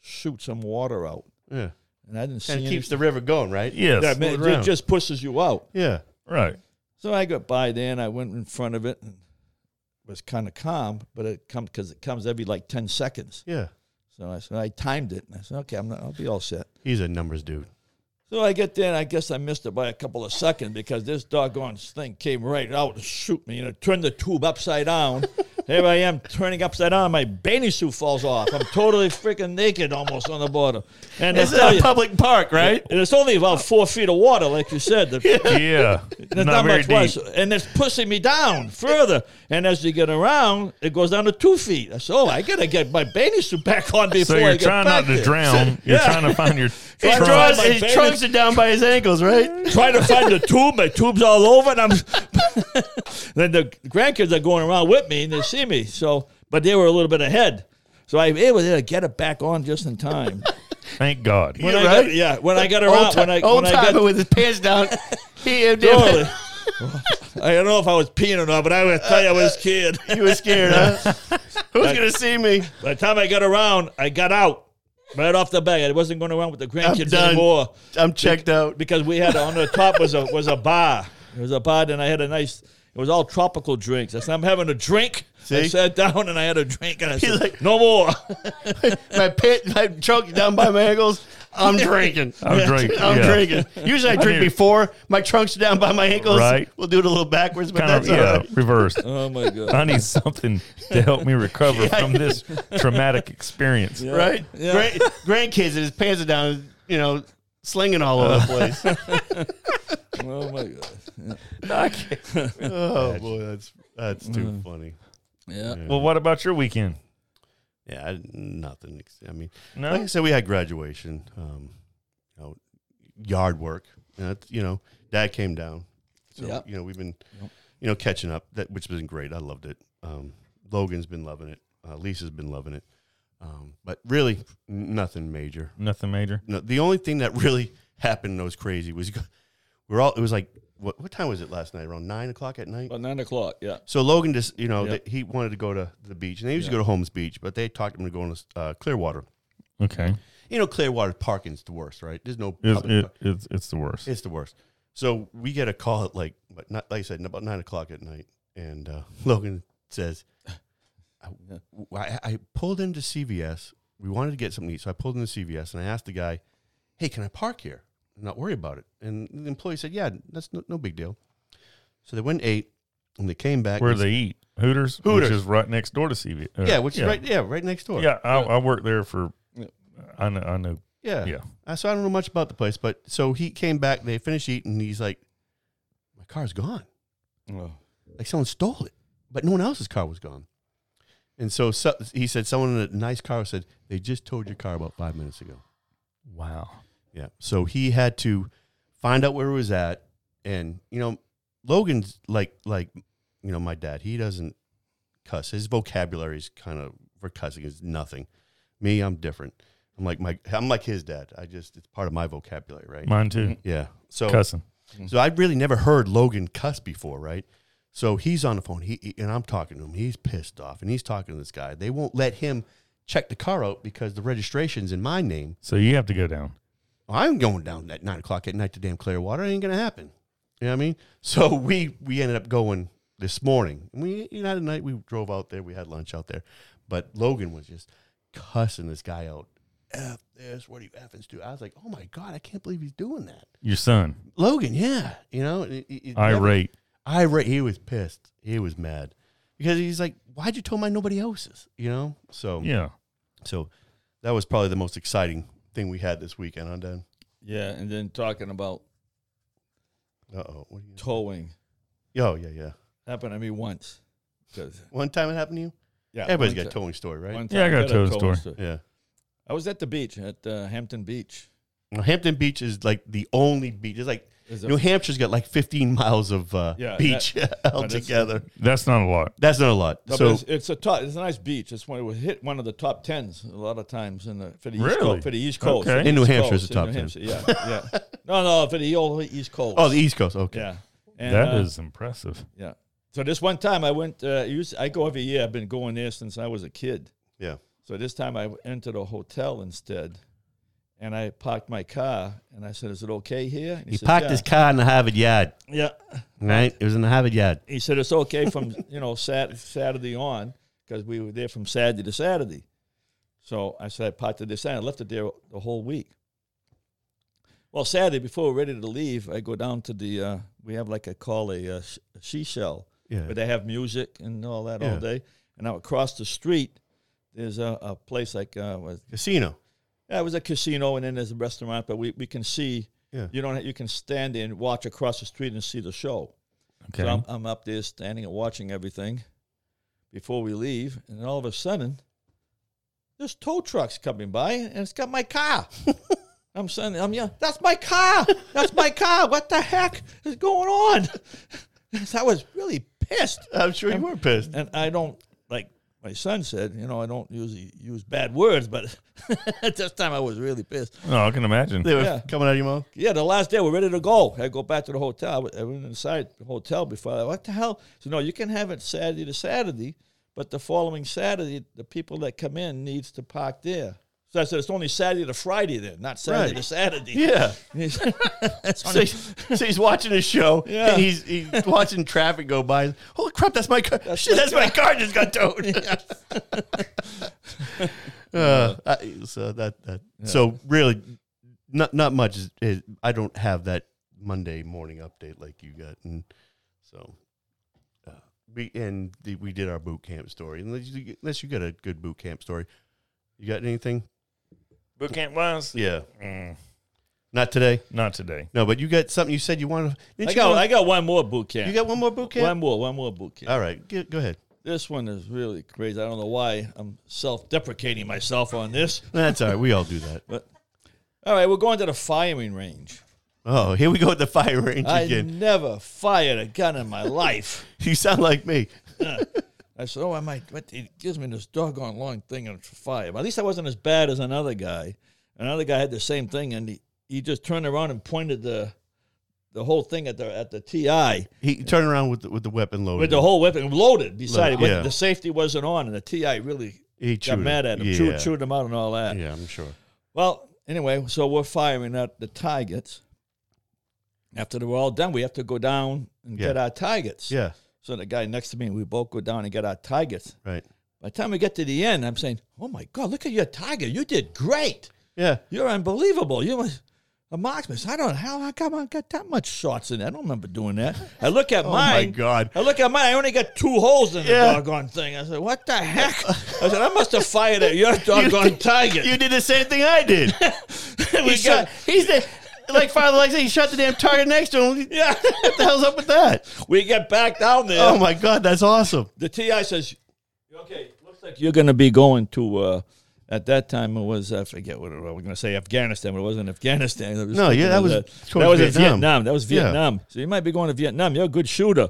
shoot some water out,
yeah.
and I didn't see
And it
any-
keeps the river going, right?
Yes.
Yeah, I mean,
float
it
around.
just pushes you out.
yeah.
Right.
So I got by there and I went in front of it and was kind of calm, but it comes because it comes every like 10 seconds.
Yeah.
So I said, I timed it and I said, okay, I'm not, I'll be all set.
He's a numbers dude.
So I get there and I guess I missed it by a couple of seconds because this doggone thing came right out to shoot me. You know, turned the tube upside down. Here I am turning upside down. My bathing suit falls off. I'm totally freaking naked almost on the bottom. And I tell you,
public park, right?
and it's only about four feet of water, like you said. The,
Yeah.
There's not, much worse. And it's pushing me down further. And as you get around, it goes down to two feet. I said, oh, I got to get my bathing suit back on
So
before I
you're
get
trying
back
not to
there.
drown. You're trying to find your
He
trunk.
draws- My he famous- trunks
trunks it down by his ankles, right?
Trying to find the tube. My tube's all over. And I'm. then the grandkids are going around with me and they see me. So, But they were a little bit ahead. So I was able to get it back on just in time.
Thank God.
When I
right.
got, yeah, when I got around, when I when I got,
with his pants down. he and
totally. I don't know if I was peeing or not, but I would tell you I was scared.
You were scared, huh? Who's gonna see me?
By the time I got around, I got out right off the bat. I wasn't going around with the grandkids
done.
anymore
I'm checked out.
because we had on the top was a was a bar. It was a bar, and I had a nice. It was all tropical drinks. I said, "I'm having a drink." I
See?
sat down and I had a drink, and I said,
like-
"No more."
My pant, my trunk down by my ankles. I'm drinking.
I'm drinking.
I'm
yeah.
drinking. Usually I drink
need-
before. My trunk's down by my ankles.
Right.
We'll do it a little backwards, but
Kind of,
that's all
yeah,
right.
reversed.
oh my god!
I need something to help me recover from this traumatic experience.
Right?
Yeah.
Grand, grandkids and his pants are down, you know, slinging all
Uh,
over the place.
Oh my god!
oh, boy. That's that's too funny.
Yeah.
Well, what about your weekend?
Yeah, I, nothing. ex- I mean,
No?
like I said, we had graduation, um, you know, yard work. And that's, you know, dad came down. So,
Yeah.
you know, we've been, you know, catching up, that which has been great. I loved it. Um, Logan's been loving it. Uh, Lisa's been loving it. Um, but really, n- nothing major.
Nothing major.
No, the only thing that really happened that was crazy was we're all, it was like, what, what time was it last night? Around nine o'clock at night?
About nine o'clock. Yeah.
So Logan just, you know,
Yeah.
th- he wanted to go to the beach, and they used to go to Holmes Beach, but they talked him to going to uh, Clearwater.
Okay.
You know, Clearwater parking's the worst, right? There's no
It's,
public
it,
park-
it's, it's the worst.
it's the worst. So we get a call at like, but not like I said, about nine o'clock at night, and uh, Logan says, I, I, I pulled into CVS. We wanted to get something to eat, so I pulled into CVS and I asked the guy, "Hey, can I park here? and not worry about it." And the employee said, "Yeah, that's no, no big deal." So they went and ate, and they came back.
Where
and
they eat. Hooters,
Hooters.
which is right next door to CV. uh,
Yeah, which is right. Yeah, right next door.
Yeah, I, I worked there for. I know. I know.
yeah,
Yeah.
Uh, So I don't know much about the place, but so he came back. They finished eating. And he's like, "My car's gone.
Oh.
Like someone stole it, but no one else's car was gone." And so, so he said, "Someone in a nice car said they just towed your car about five minutes ago."
Wow.
Yeah. So he had to find out where it was at, and you know, Logan's like like you know my dad. He doesn't cuss. His vocabulary is kind of for cussing is nothing. Me, I'm different. I'm like my I'm like his dad. I just it's part of my vocabulary, right?
Mine too.
yeah. Mm-hmm. So
Cussing.
so I'd really never heard Logan cuss before, right? So he's on the phone. He he- and I'm talking to him. He's pissed off, and he's talking to this guy. They won't let him check the car out because the registration's in my name.
So you have to go down.
I'm going down at nine o'clock at night to damn Clearwater. It ain't gonna happen. You know what I mean? So we we ended up going this morning. We you know at night we drove out there. We had lunch out there, but Logan was just cussing this guy out. F this, what do you effing do? I was like, oh my god, I can't believe he's doing that.
Your son,
Logan, yeah, you know, it- it- it never-
irate.
irate. He was pissed. He was mad because he's like, why'd you tell my nobody else's? You know, so
Yeah.
so that was probably the most exciting thing we had this weekend. On Dan,
Yeah, and then talking about
Uh oh. What are you?
towing
Oh yeah, yeah.
happened to me once. 'Cause-
One time it happened to you.
yeah,
Everybody's
one
got a
ti-
towing story, right?
one
Yeah, I
time
got a towing story.
Yeah.
I was at the beach at uh, Hampton Beach.
Now, Hampton Beach is like the only beach. It's like
Is it-
New Hampshire's got like 15 miles of uh,
Yeah,
beach
but it's-
altogether.
That's not a lot.
That's not a lot.
No,
so
but it's, it's a top, it's a nice beach. It's one it would hit one of the top tens a lot of times in the for the East
Really?
Coast. For the East Coast,
Okay.
for the
In New
East
Hampshire, it's
Coast,
the
in
top 10.
New Hampshire, Yeah, yeah. No, no, for the old East Coast.
oh, the East Coast. Okay.
yeah. And,
That is
uh,
impressive.
yeah. So this one time I went. Uh, used, I go every year. I've been going there since I was a kid.
Yeah.
So this time I entered a hotel instead, and I parked my car. And I said, "Is it okay here?" And
He
said,
parked
yeah.
his car in the Harvard Yard.
Yeah.
Right. It was in the Harvard Yard.
He said it's okay from you know sat- Saturday on because we were there from Saturday to Saturday. So I said I parked it this Saturday. I left it there the whole week. Well, Saturday before we're ready to leave, I go down to the uh, we have like a call a, uh sh- a she shell,
Yeah.
where they have music and all that all
Yeah.
day. And now across the street, there's a, a place like uh, was,
Casino.
yeah, it was a casino, and then there's a restaurant, but we, we can see.
Yeah.
You don't. You can stand there and watch across the street and see the show.
Okay.
So I'm, I'm up there standing and watching everything before we leave, and then all of a sudden, this tow truck's coming by, and it's got my car. I'm saying, I'm yeah, that's my car. That's my car. What the heck is going on? I was really pissed,
I'm sure you were pissed.
and I don't like my son said. You know, I don't usually use bad words, but at this time I was really pissed.
No, I can imagine.
They were
Yeah.
coming out of your mouth.
Yeah, the last day we're ready to go. I go back to the hotel. I was- I went inside the hotel before. I, what the hell? So no, you can have it Saturday to Saturday, but the following Saturday, the people that come in needs to park there. So I said it's only Saturday to Friday then, not Saturday to
Right.
Saturday.
Yeah.
It's
So
only-
he's, so he's watching a show
Yeah.
and he's, he's watching traffic go by. Holy crap, that's my car. Shit, that's my car just got towed. uh, I- so that, that so really not not much is, is I don't have that Monday morning update like you got and so uh, we and the, we did our boot camp story unless you, unless you got a good boot camp story you got anything
Boot camp wise,
yeah
mm,
not today
not today.
no but you got something you said you wanted didn't
I
you go
got I got one more boot camp.
you got one more boot camp
one more, one more boot camp.
All right, go, go ahead.
This one is really crazy. I don't know why I'm self-deprecating myself on this.
That's all right. We all do that.
All right, we're going to the firing range.
Oh, here we go with the fire range
I
again.
never fired a gun in my life.
You sound like me.
I said, "Oh, I might." But it gives me this doggone long thing and fire. But at least I wasn't as bad as another guy. Another guy had the same thing, and he, he just turned around and pointed the the whole thing at the at the TI
He turned around with the, with the weapon loaded.
with the whole weapon loaded. Decided
Loaded, yeah.
when the safety wasn't on, and the TI really
He
got
chewed
mad
him.
at him,
Yeah.
chewed, chewed him out, and all that.
Yeah, I'm sure.
Well, anyway, so we're firing at the targets. After they're all done, we have to go down and
Yeah.
get our targets.
Yeah,
So the guy next to me, we both go down and get our targets.
right.
By the time we get to the end, I'm saying, "Oh my God, look at your tiger! You did great.
Yeah,
You're unbelievable. You was a marksman. I don't know how how come I got that much shots in. there? I don't remember doing that. I look at
Oh my
mine.
God.
I look at mine. I only got two holes in the
Yeah.
doggone thing. I said, "What the heck? I said, "I must have fired at your doggone tiger."
you did the same thing I did.
We
he shot.
got-
He's the like father like said. He shot the damn target next to him.
yeah.
What the hell's up with that?
we get back down there.
Oh my god, that's awesome.
the TI says, "Okay, looks like you're going to be going to." Uh, at that time, it was I forget what it was. We're going to say Afghanistan, but it wasn't Afghanistan. It was
No, yeah, that was
that,
towards
that was in
Vietnam.
Vietnam. That was
Yeah.
Vietnam. So you might be going to Vietnam. You're a good shooter.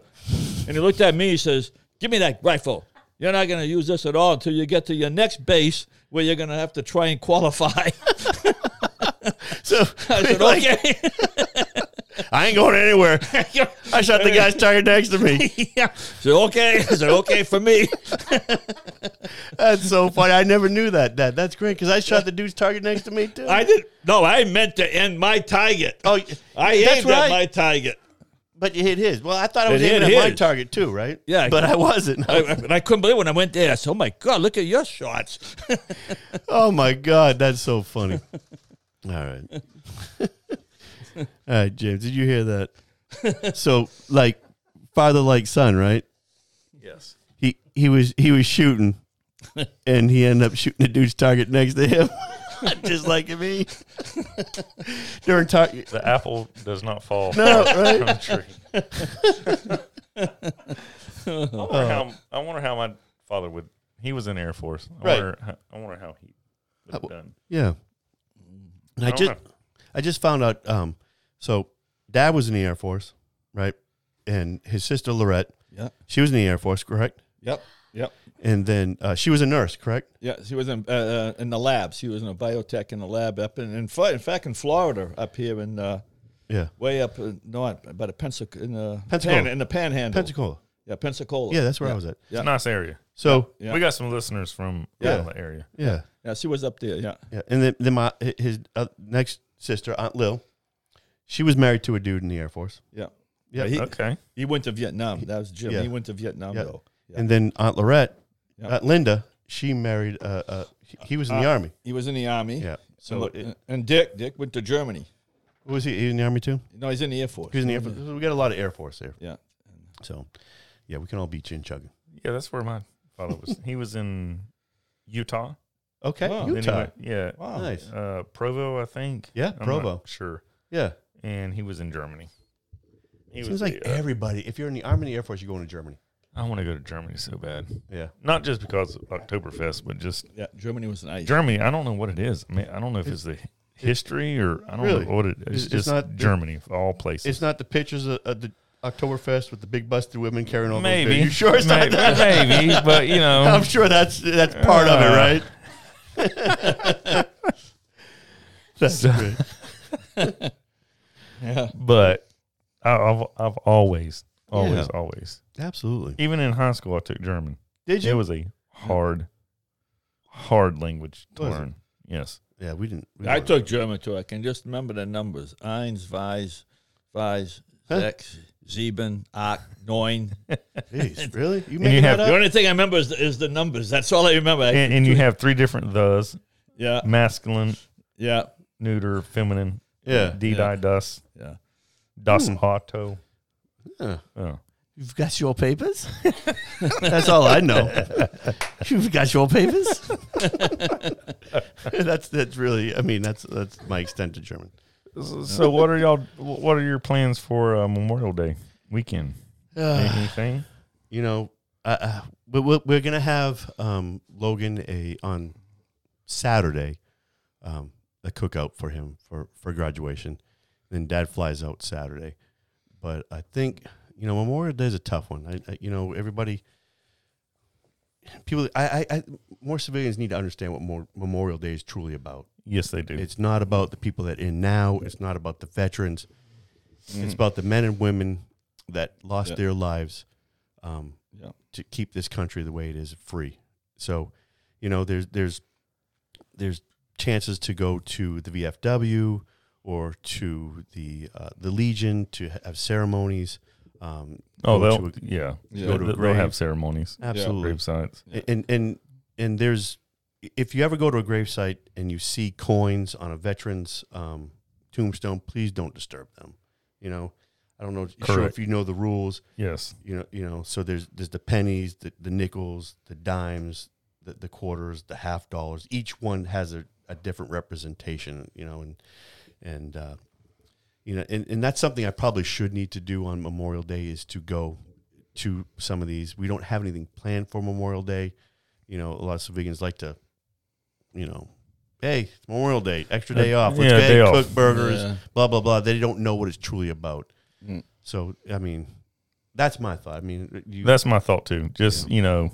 And he looked at me. He says, "Give me that rifle. You're not going to use this at all until you get to your next base where you're going to have to try and qualify."
So
I said,
like,
"Okay."
I ain't going anywhere. I shot the guy's target next to me.
yeah. I said, "Okay." I said, "Okay for me."
That's so funny. I never knew that. That that's great because I shot the dude's target next to me too.
I did no. I meant to end my target.
oh,
I
that's
aimed at
right.
my target.
But you hit his. Well, I thought I was
It hit
aiming at my
his.
target too, right?
Yeah.
But I wasn't.
I, I- and I couldn't believe when I went there. I said, "Oh my God, look at your shots!"
oh my God, that's so funny. All right. All right, James, did you hear that? So like father like son, right?
Yes.
He he was he was shooting and he ended up shooting the dude's target next to him. just like me. They're entire.
The apple does not fall
No, right?
from the tree. I, wonder how, I wonder how my father would. He was in the Air Force. I
Right.
wonder. How, I wonder how he would have done.
Yeah. And I
don't
just
know.
I just found out um so dad was in the Air Force, right? And his sister Lorette,
Yeah.
she was in the Air Force, correct?
Yep. Yep.
And then uh, she was a nurse, correct?
Yeah, she was in uh, uh, in the lab. She was in a biotech in the lab up in in, Fl- in fact in Florida up here in uh,
Yeah.
way up in, not but a Pensac- in the
Pensacola.
pan, in the Panhandle.
Pensacola.
Yeah, Pensacola.
Yeah, that's where I was at.
It's a nice area.
So
Yeah.
We got some listeners from
Yeah.
around the area.
yeah.
Yeah, she was up there. Yeah.
Yeah. And then, then my his uh, next sister, Aunt Lil, she was married to a dude in the Air Force.
Yeah.
Yeah. Uh,
He,
Okay.
he went to Vietnam. That was Jim.
Yeah.
He went to Vietnam
Yeah.
though. Yeah.
And then Aunt Lorette,
Yeah.
Aunt Linda, she married uh, uh he- he was in the
Uh,
army.
He was in the army.
Yeah.
So
So it,
and, uh, and Dick, Dick went to Germany.
was he, he was in the army too?
No, he's in the Air Force.
He was in the Air Force. We got a lot of Air Force there.
Yeah.
So, yeah, we can all be chin chugging.
Yeah, that's where my father was. he was in Utah.
Okay,
Wow.
Then he
Utah.
went- yeah.
Wow.
Nice.
Uh, Provo, I think.
Yeah,
I'm not
Provo.
sure.
Yeah.
And he was in Germany. He
Seems
the,
like
uh,
everybody, if you're in the Army and the Air Force, you're going to Germany.
I want to go to Germany so bad.
Yeah.
Not just because of Oktoberfest, but just
Yeah. Germany was nice.
Germany. I don't know what it is. I mean, I don't know if it's, the history or I don't
Really?
know what it is. It's,
It's- it's
just
not-
Germany of all places.
It's not the pictures of, of the Oktoberfest with the big busted women carrying all
maybe.
those beers. You sure it's
maybe,
not that?
maybe, but you know,
I'm sure that's that's part of it,
Uh.
right? that's great.
Yeah.
but I, I've I've always, always, always,
Absolutely.
even in high school, I took German.
Did
It was a hard, hard language to
Was it?
learn. Yes.
yeah, we didn't. We
I
weren't-
took German too. I can just remember the numbers: eins, Weis, Weis,
Huh?
sechs, sieben, acht, neun.
Jeez, really? You
you
making
have-
that
The
up?
only thing I remember is the, is the numbers. That's all I remember. I-
And, and you have three different thes:
yeah,
masculine,
yeah,
neuter, feminine.
Yeah.
D die das
yeah.
das Auto.
Yeah.
Oh.
You've got your papers?
That's all I know.
You've got your papers?
that's that's really. I mean, that's that's my extent to German.
So, so what are y'all? What are your plans for uh, Memorial Day weekend? Uh,
Uh,
Anything?
you know, uh, uh, we- we- we're gonna have um, Logan a on Saturday um, a cookout for him for for graduation. Then Dad flies out Saturday, but I think you know Memorial Day is a tough one. I, I you know everybody. People, I, I, I, more civilians need to understand what more Memorial Day is truly about.
Yes, they do.
It's not about the people that are in now. It's not about the veterans. It's about the men and women that lost
Mm. Yeah.
their lives um,
Yeah.
to keep this country the way it is free. So, you know, there's there's there's chances to go to the VFW or to the uh, the Legion to have ceremonies. Um,
oh,
go
they'll
to a-
yeah. They'll-
Yeah.
Go to a
they'll
grave.
have ceremonies,
absolutely
grave sites.
Yeah.
and and and there's if you ever go to a gravesite and you see coins on a veteran's um, tombstone, please don't disturb them. You know, I don't know sure
Correct.
if you know the rules.
Yes.
You know, you know. So there's there's the pennies, the, the nickels, the dimes, the, the quarters, the half dollars. Each one has a, a different representation. You know, and and uh, you know, and, and that's something I probably should need to do on Memorial Day is to go to some of these. We don't have anything planned for Memorial Day. You know, a lot of civilians like to, you know, hey, it's Memorial Day, extra day
Uh,
off. Let's
yeah,
get
day off.
cook burgers,
Yeah.
blah blah blah. They don't know what it's truly about.
Mm.
So I mean, that's my thought. I mean, uh, you,
That's my thought too. Just you know,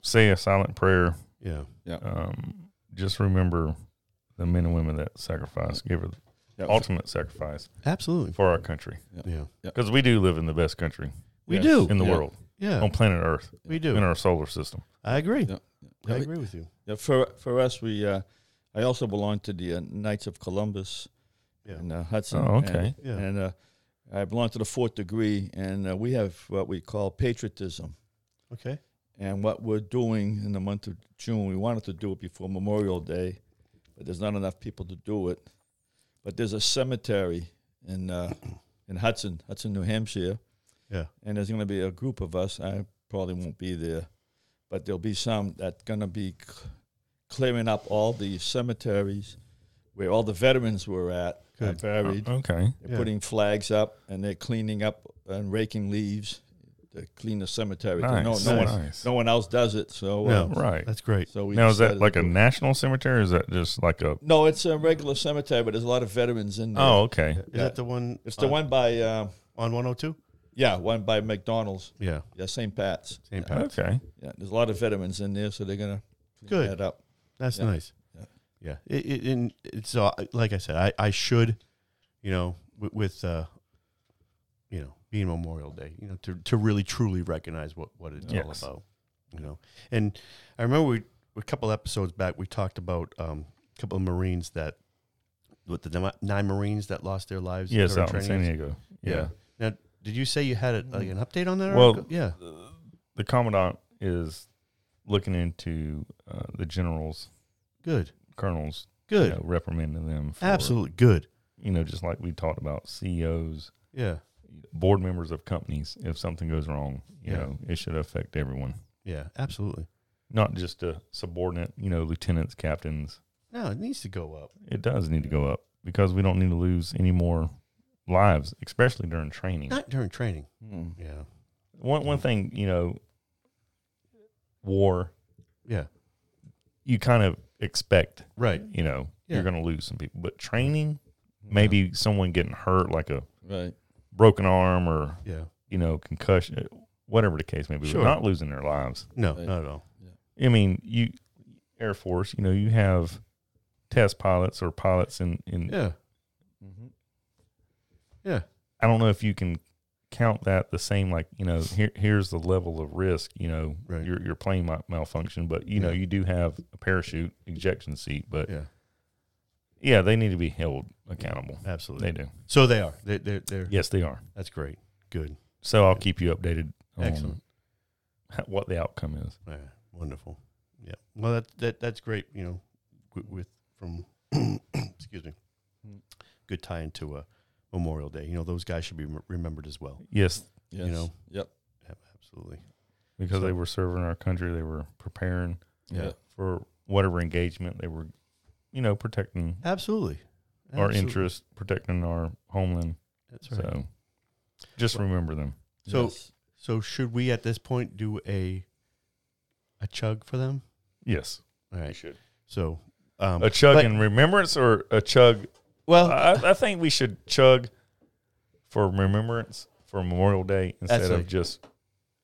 say a silent prayer.
yeah,
Um, just remember the men and women that sacrificed, gave the
Yeah.
ultimate sacrifice
absolutely,
for our country,
yeah,
because we do live in the best country
we
Yes.
do,
in the
Yeah.
world,
yeah,
on planet Earth,
we
in
do.
our solar system.
I agree.
Yeah.
I agree with you.
Yeah, for for us, we uh, I also belong to the uh, Knights of Columbus
Yeah.
and uh, Hudson.
Oh, okay.
And,
Yeah.
and, uh, I belong to the fourth degree, and uh, we have what we call patriotism.
Okay,
And what we're doing in the month of June, we wanted to do it before Memorial Day, but there's not enough people to do it. But there's a cemetery in uh, in Hudson, Hudson, New Hampshire,
yeah,
and there's going to be a group of us. I probably won't be there, but there'll be some that's going to be c- clearing up all the cemeteries where all the veterans were at, are buried.
Okay.
They're putting flags up and they're cleaning up and raking leaves to clean the cemetery. 'Cause
Nice,
No, no one,
nice.
no one else does it. So, uh,
Yeah.
Right.
That's great.
so we
now is that
decided
like
to
a
do it.
national cemetery? Or is that just like a?
no? It's a regular cemetery, but there's a lot of veterans in there.
Oh, okay.
Is that the one?
it's the
on,
one by uh,
on 102.
yeah, one by McDonald's.
Yeah,
Yeah, St. Pat's.
St. Pat's.
Okay.
Yeah, there's a lot of veterans in there, so they're gonna clean
Good.
that up.
That's
Yeah.
nice.
Yeah.
Yeah. It, it, and it's uh, like I said, I, I should, you know, with, with uh, you know, being Memorial Day, you know, to, to really truly recognize what, what it's
Yes.
all about, you know. And I remember we, a couple episodes back, we talked about um, a couple of Marines that, with the ni- nine Marines that lost their lives.
Yes,
during
out in San
training.
Diego. Yeah.
Now, did you say you had a, like an update on that?
Well,
article? yeah.
The commandant is looking into uh, the generals,
Good.
colonels, you
Good.
know, reprimanding them. For,
Absolutely good.
You know, just like we talked about CEOs,
Yeah.
board members of companies. If something goes wrong, you
Yeah.
know, it should affect everyone,
Yeah. Absolutely.
not just a subordinate. You know, lieutenants, captains.
No, it needs to go up.
It does need to go up because we don't need to lose any more lives, especially during training.
Not during training.
Mm.
Yeah.
One one thing, you know, war,
Yeah.
you kind of expect,
Right.
you know,
Yeah.
you're going to lose some people, but training, Mm-hmm. maybe someone getting hurt like a
Right.
broken arm or,
Yeah.
you know, concussion, whatever the case may be, but
Sure.
not losing their lives.
No,
Right.
not at all.
I mean, you Air Force, you know, you have test pilots or pilots in in
Yeah.
hmm
I don't know if you can count that the same like you know here here's the level of risk you know
Right.
your your plane might malfunction but you know
Yeah.
you do have a parachute ejection seat but yeah,
Yeah.
they need to be held accountable
Absolutely.
they do
So they are. They they're, they're
yes they are
that's great. Good.
so I'll keep you updated on
Excellent.
what the outcome is
Yeah. Wonderful. Yeah. Well that, that that's great, you know, with, with from excuse me. Good tie into uh, Memorial Day. You know, those guys should be rem- remembered as well.
yes
Yes.
know.
Yep.
Yeah, absolutely.
because
So-
they were serving our country they were preparing
Yeah.
for whatever engagement they were you know protecting
Absolutely.
our
Absolutely.
interests protecting our homeland
That's right.
so just remember them
So-
Yes.
So should we at this point do a a chug for them?
yes
All right.
should
So um
A chug
but- Oh.
in remembrance or a chug?
well
I, I think we should chug for remembrance for Memorial Day instead
Absolutely.
of just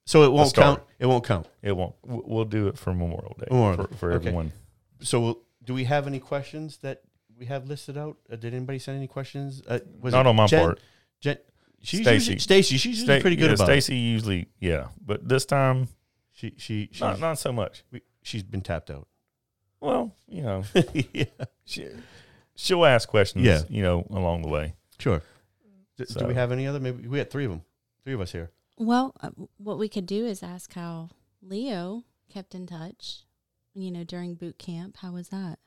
so it won't
start.
count. It won't count.
it won't. w- We'll do it for Memorial Day
Memorial
for, for
Okay.
everyone.
so we'll- do we have any questions that we have listed out? Uh, did anybody send any questions? Uh, was
Not
it
on my
Jen-
part.
Jen, she's
Stacy.
usually, Stacy, she's usually
Sta-
pretty good
yeah,
about it.
Stacy usually, yeah, but this time
She she she's,
not not so much.
we- she's been tapped out.
Well, you know,
yeah,
she, she'll ask questions,
Yeah.
you know, along the way.
sure. D- Do
So-
we have any other? Maybe we had three of them. Three of us here.
Well, uh, what we could do is ask how Leo kept in touch, you know, during boot camp. How was that?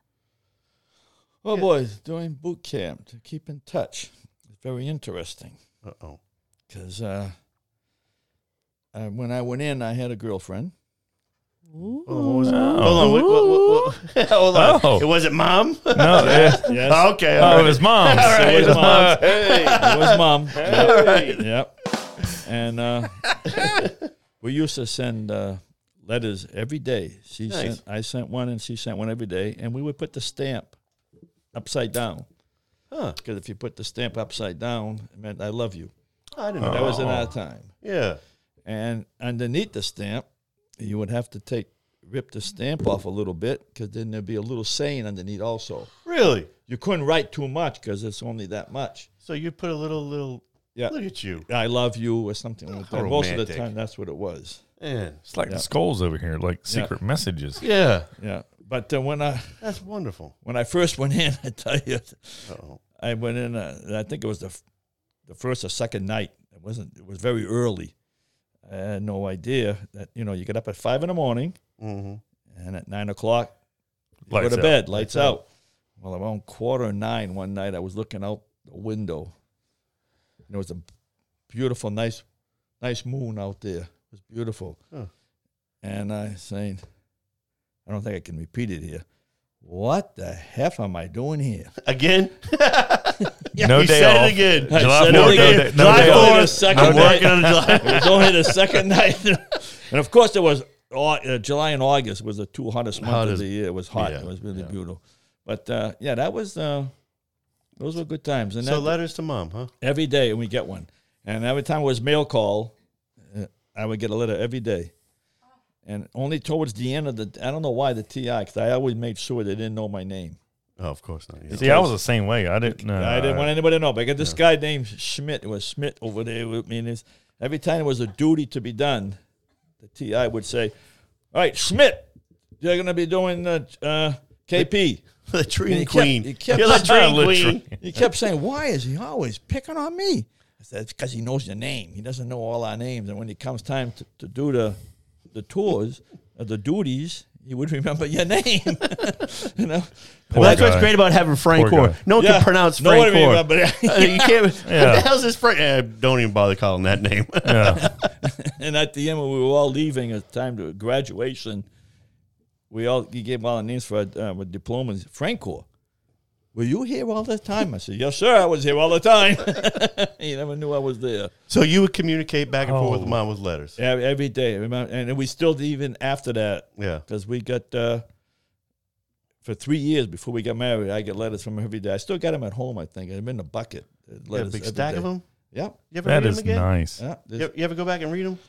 Oh
Yeah.
boy, doing boot camp to keep in touch. It's very interesting
Uh oh.
because uh, uh, when I went in, I had a girlfriend.
Oh.
Hold on. Wait, wait, wait, wait. Hold on.
Oh.
It wasn't mom.
No, yeah.
Yes,
okay.
oh,
all
it
right.
was mom.
All right.
It was mom.
it was mom. Yep. Yep. And uh, we used to send uh, letters every day. She
Nice.
sent, I sent one, and she sent one every day, and we would put the stamp upside down.
Huh.
Because if you put the stamp upside down, it meant I love you.
I didn't know.
That was in our
Oh.
time.
Yeah.
And underneath the stamp, you would have to take rip the stamp off a little bit because then there'd be a little saying underneath also.
Really.
You couldn't write too much because it's only that much.
So you put a little little.
Yeah.
Look at you.
I love you or something like
How
that. Most of the
romantic.
time, that's what it was.
Man.
It's like
Yeah.
the skulls over here, like secret messages.
Yeah.
Yeah. But uh, when I
That's wonderful.
when I first went in, I tell you,
Uh oh.
I went in. Uh, and I think it was the f- the first or second night. It wasn't. It was very early. I had no idea that you know you get up at five in the morning
Mm-hmm.
and at nine o'clock You
Lights
go to
out.
bed, lights, out. Well, around quarter nine one night, I was looking out the window. And it was a beautiful, nice, nice moon out there. It was beautiful.
Huh.
And I saying, I don't think I can repeat it here. What the heck am I doing here?
Again?
no
you
day
said
off.
it again.
July
I said
fourth,
it
no
again.
day- no
July
day
fourth.
off.
Only the second
I'm
day.
working on
it was only the second night. and of course, there was Au- uh, July and August was the two hottest months of
Hottest-
the year. It was hot.
yeah,
it was really beautiful. But uh, yeah, that was uh, those were good times. And
So
that,
letters to mom, huh?
every day, and we get one. And every time it was mail call, uh, I would get a letter every day. And only towards the end of the, I don't know why the TI, because I always made sure they didn't know my name.
Oh, of course not. yeah.
See, I was the same way. I didn't. Uh,
I didn't want anybody to know. But I got this guy named Schmidt. It was Schmidt over there with me. And it's- every time there was a duty to be done, the TI would say, All right, Schmidt, you're going to be doing uh, uh, KP.
latrine
And he kept-
queen.
he kept-
You're latrine queen.
He kept saying, Why is he always picking on me? I said, Because he knows your name. He doesn't know all our names. And when it comes time to, to do the, the tours, uh, the duties, he would remember your name. you know?
Poor
That's what's
guy.
great about having Frank
Poor
Hoare.
guy.
No one
Yeah.
can pronounce
Nobody
Frank Hoare.
remember that.
Uh, you can't.
Yeah.
What the hell's this Frank? Eh, don't even bother calling that name.
Yeah.
and at the end, when we were all leaving, it's time to graduation. We all he gave all our names for our uh, our diplomas. Franco, were you here all the time? I said, yes, sir. I was here all the time. he never knew I was there.
so you would communicate back and forth with
Oh.
mom with letters.
Yeah, every day. Remember, and we still do even after that
Yeah.
because we got uh, for three years before we got married. I get letters from her every day. I still got them at home. I think I'm in a bucket. uh,
You got a
letters
big
every
stack of
day.
them.
Yep.
You ever
that
read
is
them again?
nice.
Yeah. There's-
You, you ever go back and read them?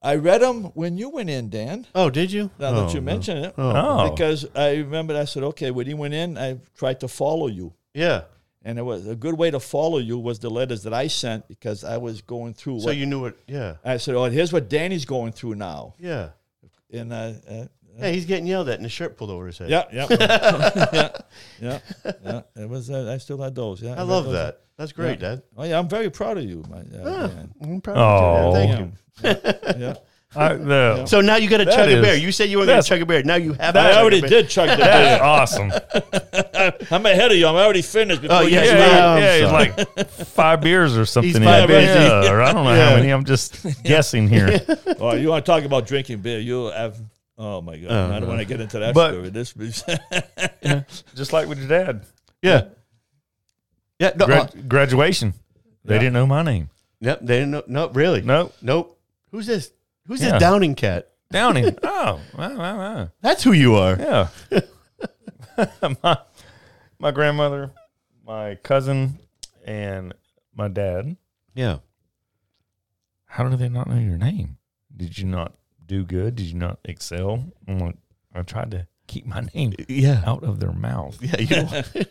I read them when you went in, Dan.
Oh, did you?
Now
oh,
that you mention it,
Oh,
because I remembered I said, okay, when he went in, I tried to follow you.
Yeah.
And it was a good way to follow you was the letters that I sent because I was going through.
So
what,
you knew it. Yeah.
I said, oh, here's what Danny's going through now.
Yeah.
And uh, uh,
Hey, he's getting yelled at and his shirt pulled over his head.
yeah, yeah, yeah, yeah, yeah. It was. Uh, I still had those. Yeah,
I
read
love
those.
that. That's great, Dad.
Oh yeah, I'm very proud of you. My, uh, Dan.
I'm proud of you, Dad.
Oh.
Thank
yeah,
you.
yeah.
I, the,
So now you got to
That
chug a
is-
bear. You said you weren't going
that's-
to chug a bear. Now you have. to
I
chug a
already
bear.
did chuck the
that is
beer.
awesome.
I'm ahead of you. I'm already finished. Before
Oh,
you
yeah,
Yeah,
get
right.
started.
yeah,
I'm
yeah, it's
sorry.
like five beers or something. in
five
it.
beers
Yeah, or I don't know
Yeah.
how many. I'm just guessing here.
Oh, you want to talk about drinking beer? You have. Oh my God! I don't want to get into that
But-
story. This is-
Just like with your dad,
Yeah. Yeah. No, uh,
Gra- graduation. They
Yeah.
didn't know my name.
Yep. They didn't know. No, really.
Nope.
Nope. Who's this? Who's
Yeah.
this Downing cat?
Downing. oh, wow, wow, wow.
That's who you are.
Yeah. my, my grandmother, my cousin, and my dad.
Yeah.
How do they not know your name? Did you not do good? Did you not excel? I'm like, I tried to keep my name
Yeah.
out of their mouth.
Yeah. You.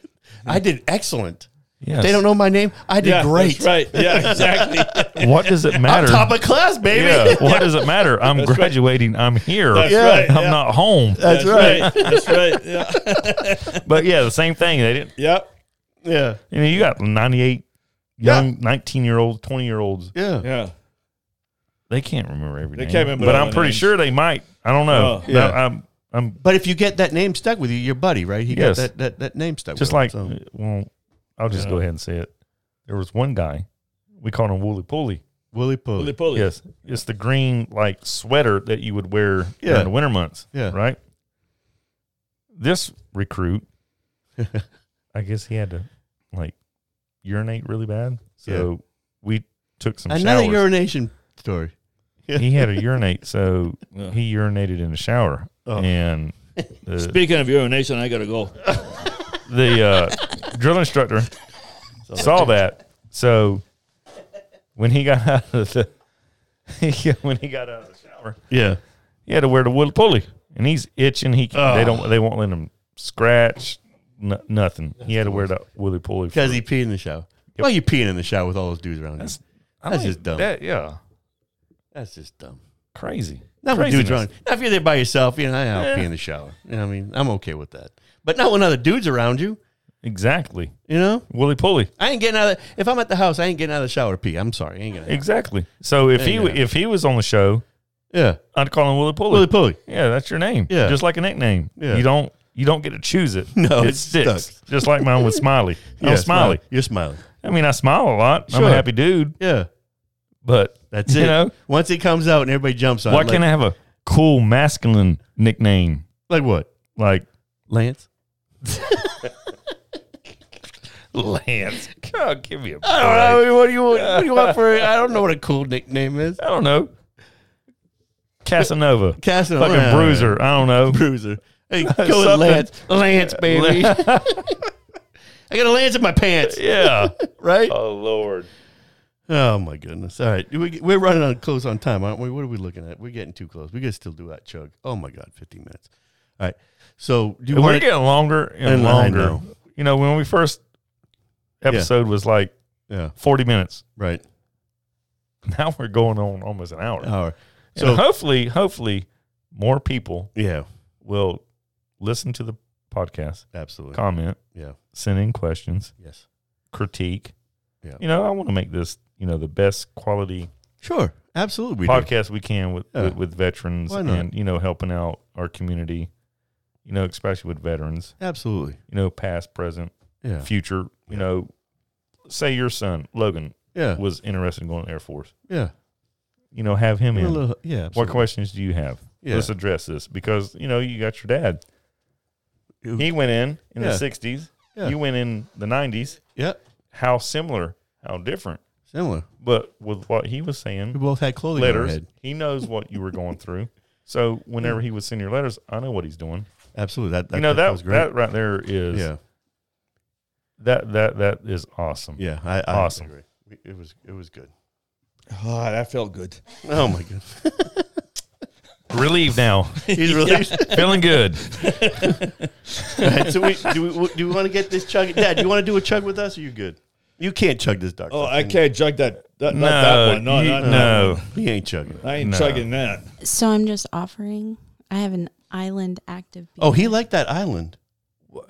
I did excellent.
Yes.
They don't know my name. I did
yeah,
great.
That's right. Yeah, exactly.
What does it
I'm
matter?
top of class, baby.
Yeah. What does it matter? I'm
right.
graduating. I'm here.
That's
Yeah.
right.
I'm
yeah.
not home.
That's, right.
That's right. Yeah.
But yeah, the same thing. They didn't.
Yep.
Yeah.
You know, you got 98
Yeah.
young 19 year olds, 20 year olds.
Yeah.
Yeah.
They can't remember everything.
can't remember
But
all
I'm
the
pretty
names.
sure they might. I don't know.
Oh.
No,
Yeah.
I'm. I'm
But if you get that name stuck with you, your buddy, right? He
Yes.
got that, that, that name stuck
just like. uh,
with him. so-
Well, I'll just
Yeah.
go ahead and say it. There was one guy. We called him Wooly Pooly.
Willy Pooh.
Pulley, pulley.
Yes, it's the green like sweater that you would wear
Yeah.
during the winter months.
Yeah.
right. This recruit, I guess he had to like urinate really bad, so we took some
Another
showers.
urination story.
he had to urinate, so
Yeah.
he urinated in the shower,
Oh.
and the,
Speaking of urination, I gotta go.
the uh, drill instructor saw that. So when he got out of the when he got out of the shower,
Yeah.
he had to wear the wool pulley, and he's itching. He can, they don't they won't let him scratch n- nothing. he had to wear that woolly pulley
Because he peed in the shower. Well, you're peeing in the shower with all those dudes around you.
I
that's
mean,
just dumb.
That, yeah,
That's just dumb.
crazy.
Not with dudes
Craziness.
around. Now, if you're there by yourself, you know, I will pee in the shower. You know, what I mean, I'm okay with that. But not when other dudes around you.
Exactly,
You know,
woolly pulley.
I ain't getting out of. The, if I'm at the house, I ain't getting out of the shower to pee. I'm sorry, I ain't gonna.
Exactly. So if he
Yeah.
if he was on the show,
Yeah,
I'd call him woolly pulley.
Willy Pulley.
Yeah, that's your name.
Yeah.
just like a nickname.
Yeah.
you don't you don't get to choose it.
No,
it
it
sticks.
sucks.
Just like mine with Smiley. I'm
Yeah,
Smiley.
You're smiling.
I mean, I smile a lot. I'm a
Sure.
happy dude.
Yeah,
But
that's
you
it.
know,
Once it comes out and everybody jumps on.
why
it,
can't I
like,
have a cool masculine nickname
Like what?
like
Lance.
Lance. Oh, give me a break.
I don't know. I mean, What do you want? What do you want for? I don't know what a cool nickname is.
I don't know. Casanova.
Castle
Fucking bruiser. I don't know.
Bruiser. Hey, go with
Something.
Lance. Lance, baby. I got a lance in my pants.
Yeah.
Right?
oh Lord.
Oh my goodness! All right, we, we're running on close on time, aren't we? What are we looking at? We're getting too close. We got to still do that chug. Oh my god, fifteen minutes. All right. So do you
We're
want?
getting longer and,
And I
longer.
know.
You know, when we first episode was like
Yeah.
forty minutes.
Right.
Now we're going on almost an hour.
All right.
So
Uh, So-
hopefully, hopefully, more people
Yeah.
will listen to the podcast,
Absolutely.
comment,
Yeah.
send in questions,
Yes.
critique.
Yeah.
You know, I want to make this you know the best quality
Sure. Absolutely. We do.
podcast we can with,
Yeah.
with with veterans
Why not?
and you know helping out our community. You know, especially with veterans.
Absolutely.
You know, past, present.
Yeah.
future, you
Yeah.
know, say your son, Logan,
Yeah.
was interested in going to the Air Force.
Yeah.
You know, have him
A
in.
little- yeah.
what
absolutely.
questions do you have?
Yeah.
Let's address this because, you know, you got your dad.
Who-
He went in in
Yeah.
the 60s.
Yeah.
You went in the 90s.
Yeah.
How similar, how different.
Similar.
But with what he was
We
saying,
both had clothing on our
letters,
head.
he knows what you were going through. So whenever he would send your letters, I know what he's doing.
Absolutely. That,
you know that
was great.
that right there is
yeah.
that that that is awesome.
Yeah. I, I
Awesome.
agree. We- It was. It was good.
Oh,
Ah,
that felt good.
Oh my goodness.
Relieved now,
He's released.
feeling good.
Alright, so we, do we do we want to get this chug? Dad, do you want to do a chug with us? Or you good? You can't chug this dark.
Oh,
stuff.
I can't jug that. that
No,
not that one. No,
you-
not that
no.
He ain't chugging.
one. I ain't
No.
chugging that.
So I'm just offering. I have an island active. Beer.
Oh, he liked that island.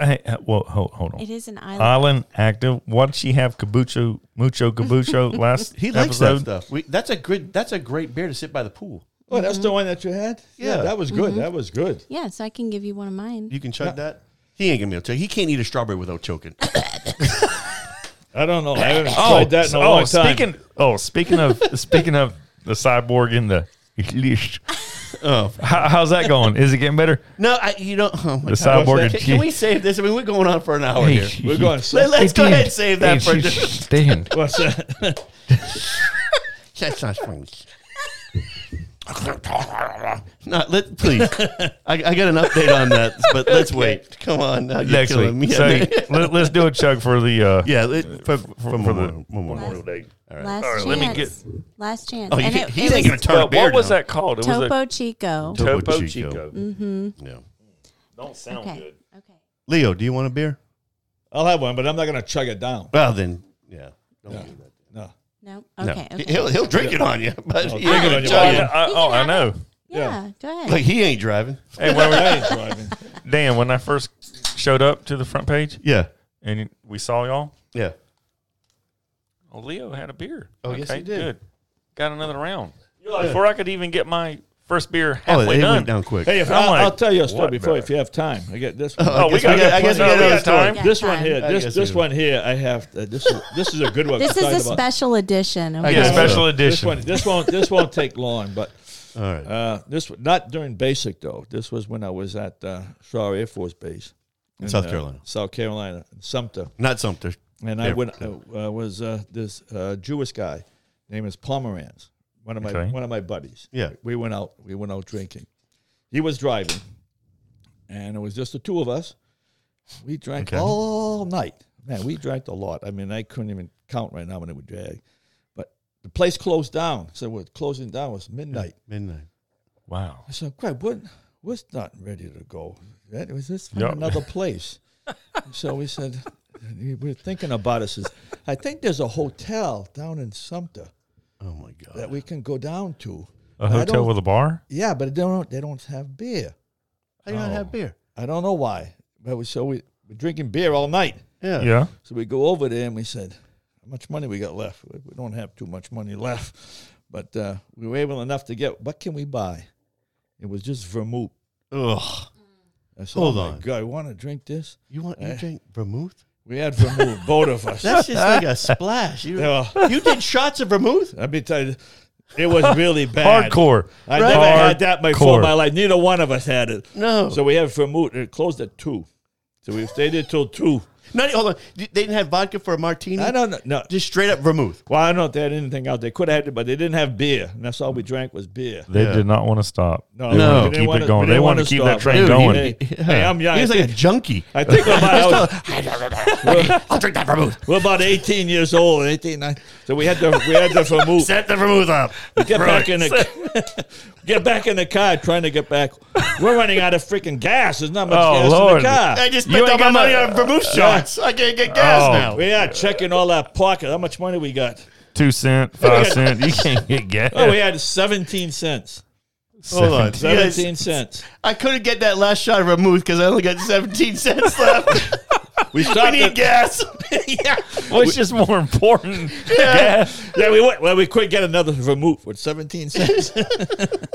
Hey, uh, well, hold, hold on.
It is an island.
Uh,
Island active. What did she have? Kabucho, mucho kabucho last
He likes
episode.
that stuff. We, that's a great. That's a great beer to sit by the pool.
Oh, that's the one that you had.
Yeah.
that was good. That was good.
yeah, so I can give you one of mine.
You can chug that. He ain't gonna be able to. He can't eat a strawberry without choking.
I don't know. I haven't
Oh,
tried that in a
oh,
long time.
speaking. Oh, speaking of speaking of the cyborg in the leash.
Oh.
How, how's that going? Is it getting better?
no, I, you don't. Oh my
The
God.
cyborg.
Can, can we save this? I mean, we're going on for an hour here.
We're going.
Let, us go
Dan,
ahead and save that for. just-
stand.
What's that?
That's not French. No, let please. I, I got an update on that, but let's wait. Come on, now you're
Next
killing
week.
me.
So let, us do a chug for the. Uh,
Yeah, it, for, for, for
Memorial-
Memorial, Memorial Day.
Last chance.
let me
Last chance.
Oh, you
and
can,
it,
he's
it
ain't gonna
was
turn a
Well,
beer
what was
down.
that called? It was
Topo Chico.
a
Topo
Topo
Chico.
Chico.
No.
Don't sound
Okay.
good.
Okay.
Leo, do you want a beer?
I'll have one, but I'm not going to chug it down.
Well, then, yeah. Don't
Yeah.
do that.
No.
No. Okay. Okay.
He'll he'll drink it on you, but
I'll
he
drink
ain't gonna
it on
Oh,
you.
tell
I,
you.
know- I- oh, I know.
yeah. Go ahead.
Like he ain't driving.
Hey, when we,
I ain't driving.
Dan, when I first showed up to the front page
Yeah,
and we saw y'all,
yeah.
Oh, Leo had a beer.
Oh, yes, he did.
Got another round. Before I could even get my first beer
Oh, it
halfway done.
went down quick.
Hey, if
I'm
I'll,
like,
I'll tell you a story
what
before
the-
if you have time. I get this. One.
Oh,
Oh, we
guess
got,
we got- I guess we
plenty
got
of
another
time.
story.
this one here.
I
This
guess
this
we-
one here. I have. To, this is this is a good one.
this
We're
is a
talking about-
special edition. Okay.
Yeah,
guess
special
so.
This
edition.
one. This won't. This won't take long. But
All right.
uh, this not during basic though. This was when I was at uh, Shaw Air Force Base, in,
South
uh,
Carolina.
South Carolina, Sumter.
Not Sumter.
And I
Air
went uh, uh, was uh, this uh, Jewish guy, name is Pomeranz, one of my
Okay.
one of my buddies.
Yeah.
we went out we went out drinking. He was driving, and it was just the two of us. We drank
Okay.
all night. Man, we drank a lot. I mean, I couldn't even count right now when it would drag. But the place closed down, so we're closing down. It was midnight.
Midnight.
Wow.
I said, "Crap, what? What's not ready to go? That was this from
Yep.
another place." so we said, "We "We're thinking about it." Says, "I think there's a hotel down in Sumter
Oh my God.
that we can go down to."
A
I
hotel
don't-
with a bar?
Yeah, but they don't. They don't have beer.
I don't have beer.
I don't know why. But we, so we we're drinking beer all night.
Yeah.
Yeah.
So we go over there and we said, "How much money we got left? We we don't have too much money left, but uh, we were able enough to get. What can we buy? It was just vermouth."
Ugh.
I said,
Hold
oh my
on.
God, you want to drink this?
You want you
Eh.
drink vermouth?
We had vermouth, both of us.
That's just like a splash. You,
Yeah.
you did shots of vermouth?
Let me tell you, it was really bad.
Hardcore.
I never had that before
Hardcore.
in my life. Neither one of us had it.
No.
So we had vermouth. It closed at 2. So we stayed there till two.
Not, e, hold on. They didn't have vodka for a martini.
I don't know. No.
Just straight up vermouth.
Well, I don't know if they had anything out. They could have had it, but they didn't have beer, and that's all we drank was beer.
They
Yeah.
did not want to stop.
No,
they
we
wanted
didn't
to keep
wanna-
it
we
going.
didn't
They wanted
wanna
to keep
stop.
that train
Dude,
going.
Hey, hey, I'm young.
He
I
was like a
think,
junkie.
I think we're about,
I'll drink that vermouth.
we're about 18 years old, 18, 19. So we had to we had to remove
Set the vermouth up.
get back in the get back in the car, trying to get back. We're running out of freaking gas. There's not much
Oh,
gas
Lord.
in the car.
I just
You
spent
ain't
all my
got
money
no-
on vermouth shots. I can't get gas
Oh.
now.
We are checking all our pocket. How much money we got?
Two cent, five cent. You can't get gas.
Oh, we had 17 cents.
Hold on. You guys-
17 cents.
I couldn't get that last shot of vermouth because I only got 17 cents left.
We
I
stopped.
need
at-
gas. yeah.
What's just more important? gas.
yeah, we went. Well, we could get another vermouth with 17 cents.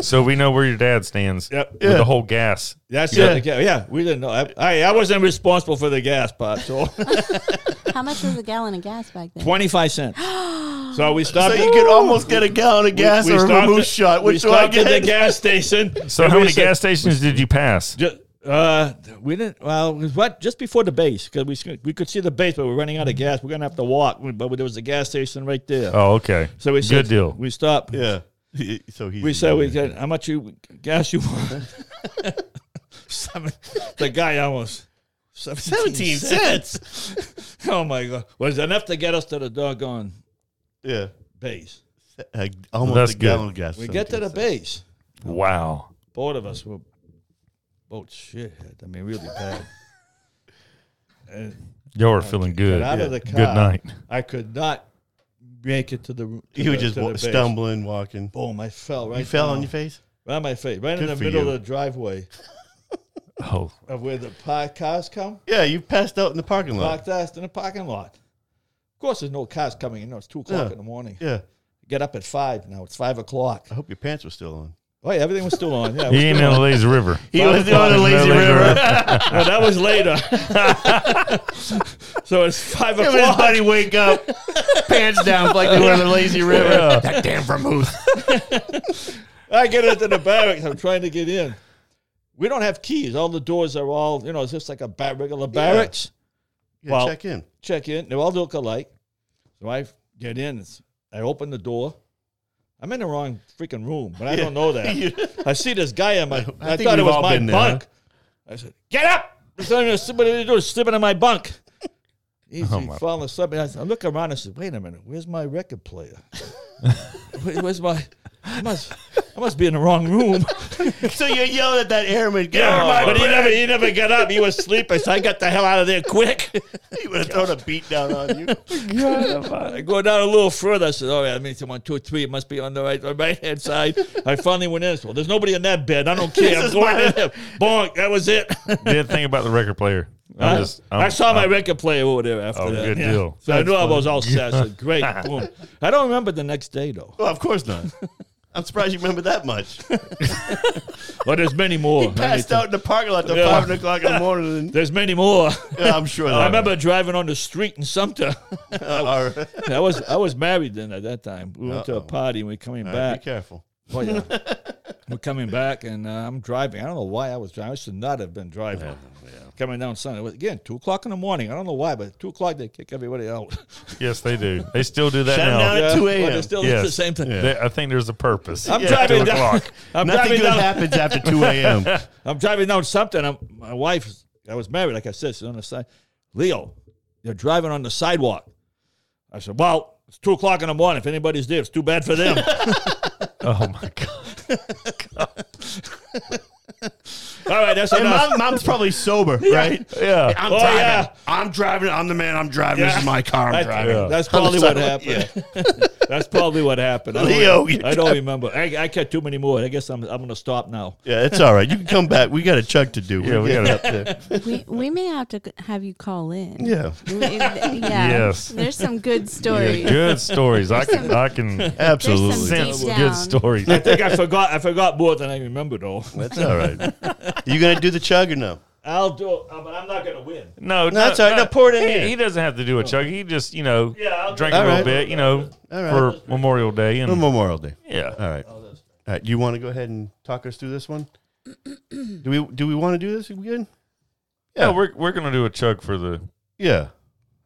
So we know where your dad stands
Yep.
with the whole gas.
That's yeah. it. Yeah, yeah, we didn't know. I, I, I wasn't responsible for the gas pot, so
How much was a gallon of gas back then?
25 cents. So we
So
stopped.
you could almost get a gallon of gas
we
or a
stopped
vermouth
at-
shot.
we
Which do I
stopped at
get?
the gas station.
So
and
how
we
many
said,
gas stations did you pass?
Ju- uh, we didn't. Well, it was what just before the base because we s- we could see the base, but we're running out of gas. We're gonna have to walk. But there was a gas station right there.
Oh, okay.
so we
good
said,
deal.
We stopped.
yeah. So he's
We said we got how much you gas you want. Seven, the guy almost
17
17, cents. oh my god, was enough to get us to the doggone
yeah.
base.
Uh, almost
That's
a
good.
gallon of gas.
We get to the base.
wow.
Both of us were both shithead. I mean, really bad. And
Y'all are feeling good.
out of the
Good
car.
night.
I could not make it to the. To
You were
the-
just
to the
wa-
base.
stumbling, walking.
Boom! I fell right.
You fell on
down,
your face?
Right on my face, right in
Good
the
for
middle
you.
of the driveway
Oh,
of where the pa- cars come.
Yeah, you passed out in the parking lot.
Parked us in the parking lot. Of course, there's no cars coming in. No, it's two o'clock
Yeah.
in the morning.
Yeah.
Get up at five now. It's five o'clock.
I hope your pants were still on.
Oh, yeah, everything was still on. Yeah, it
he
was
ain't
still
in the
on.
lazy river.
He
Five
was on the
o'clock.
lazy
No, lazy
river.
No, that was later. so it's five
Him and his
o'clock.
buddy wake up, pants down like they were on the lazy river.
Yeah.
That damn vermouth.
I get into the barracks. I'm trying to get in. We don't have keys. All the doors are all, you know, it's just like a bar- regular barracks.
Yeah,
Well-
check in.
check in. They all look alike. So I get in. it's- I open the door. I'm in the wrong freaking room, but I don't know that. I see this guy in my. I,
think
thought it
we've
was
all
my
been there,
bunk. I said, "Get up!" There's nothing to sleep- What are you doing? Sleeping in my bunk. He's
Oh,
he
my-
falling asleep. And I, said- I look around and said, "Wait a minute. Where's my record player? Where- where's my? I must. I must be in the wrong room."
So you yelled at that airman, get
Yeah,
out of my
but he
place.
never. He never got up. He was sleeping. So I got the hell out of there quick.
He would have thrown a beat down on you.
I go down a little further. I said, "Oh, "All right, I mean, it's one, two, three. It must be on the right, right hand side." I finally went in. Well, there's nobody in that bed. I don't care. I'm
is
going
my-
in there. Bonk. That was it.
Did thing about the record player. I'm just-
I
I'm-
saw my
I'm-
record player over there after
Oh,
that.
good deal.
So I knew I was all set. I said, "Great, boom." I don't remember the next day though,
Well, of course not. I'm surprised you remember that much.
but there's many more.
Passed out in the parking lot till
Yeah.
five o'clock in the morning.
There's many more.
Oh,
Yeah, I'm sure.
I remember driving on the street in Sumter.
All right.
I was I was married then at that time. We went to a party and we were
Uh,
coming back.
Be careful.
Oh, yeah. We're coming back, and uh, I'm driving. I don't know why I was driving. I should not have been driving. Coming down Sunday. It was, again, 2 o'clock in the morning. I don't know why, but at 2 o'clock, they kick everybody out.
Yes, they do. They still do that
Shut 'em
now.
down. At 2
Well,
a.m..
they still
Yes.
do the same thing.
They- I think there's a purpose.
I'm
Yeah.
driving
Two
down.
o'clock.
I'm
Nothing
driving
good
down,
happens after 2 a.m.
I'm driving down something. I'm, my wife, I was married, like I said, she's on the side. Leo, you're driving on the sidewalk. I said, well, it's 2 o'clock in the morning. If anybody's there, it's too bad for them.
Oh my god.
All right, that's
And
enough.
mom, mom's probably sober, right?
Yeah.
I'm
Oh,
driving.
yeah.
I'm driving. I'm the man. I'm driving. This
Yeah.
is my car. I'm
I-
driving.
Yeah.
That's probably what
sorry.
happened. That's probably what happened. I don't,
Leo,
re-
you
I don't remember. I, I got too many more. I guess I'm, I'm going to stop now.
Yeah, it's all right. You can come back. We got a chunk to do.
Yeah, we
getting
gotta-
there.
We, we may have to c- have you call in.
Yeah,
We- yeah.
Yes.
There's some good stories.
Yeah, good stories. I can I can
Deep
absolutely.
sense
down.
good stories.
I think I forgot. I forgot more than I remember, though.
That's all right. You gonna do the chug or no?
I'll do it, uh, but I'm not going to win.
No, no,
that's all right. No, pour it in
he,
here.
he doesn't have to do a chug. He just, you know,
Yeah, I'll
drink a
do
it.
little
All right.
bit, you know,
All right.
for Memorial Day and
Memorial Day.
yeah.
All right. All right. You want to go ahead and talk us through this one? Do we do we want to do this again?
Yeah,
Yeah.
we're we're gonna do a chug for the
Yeah,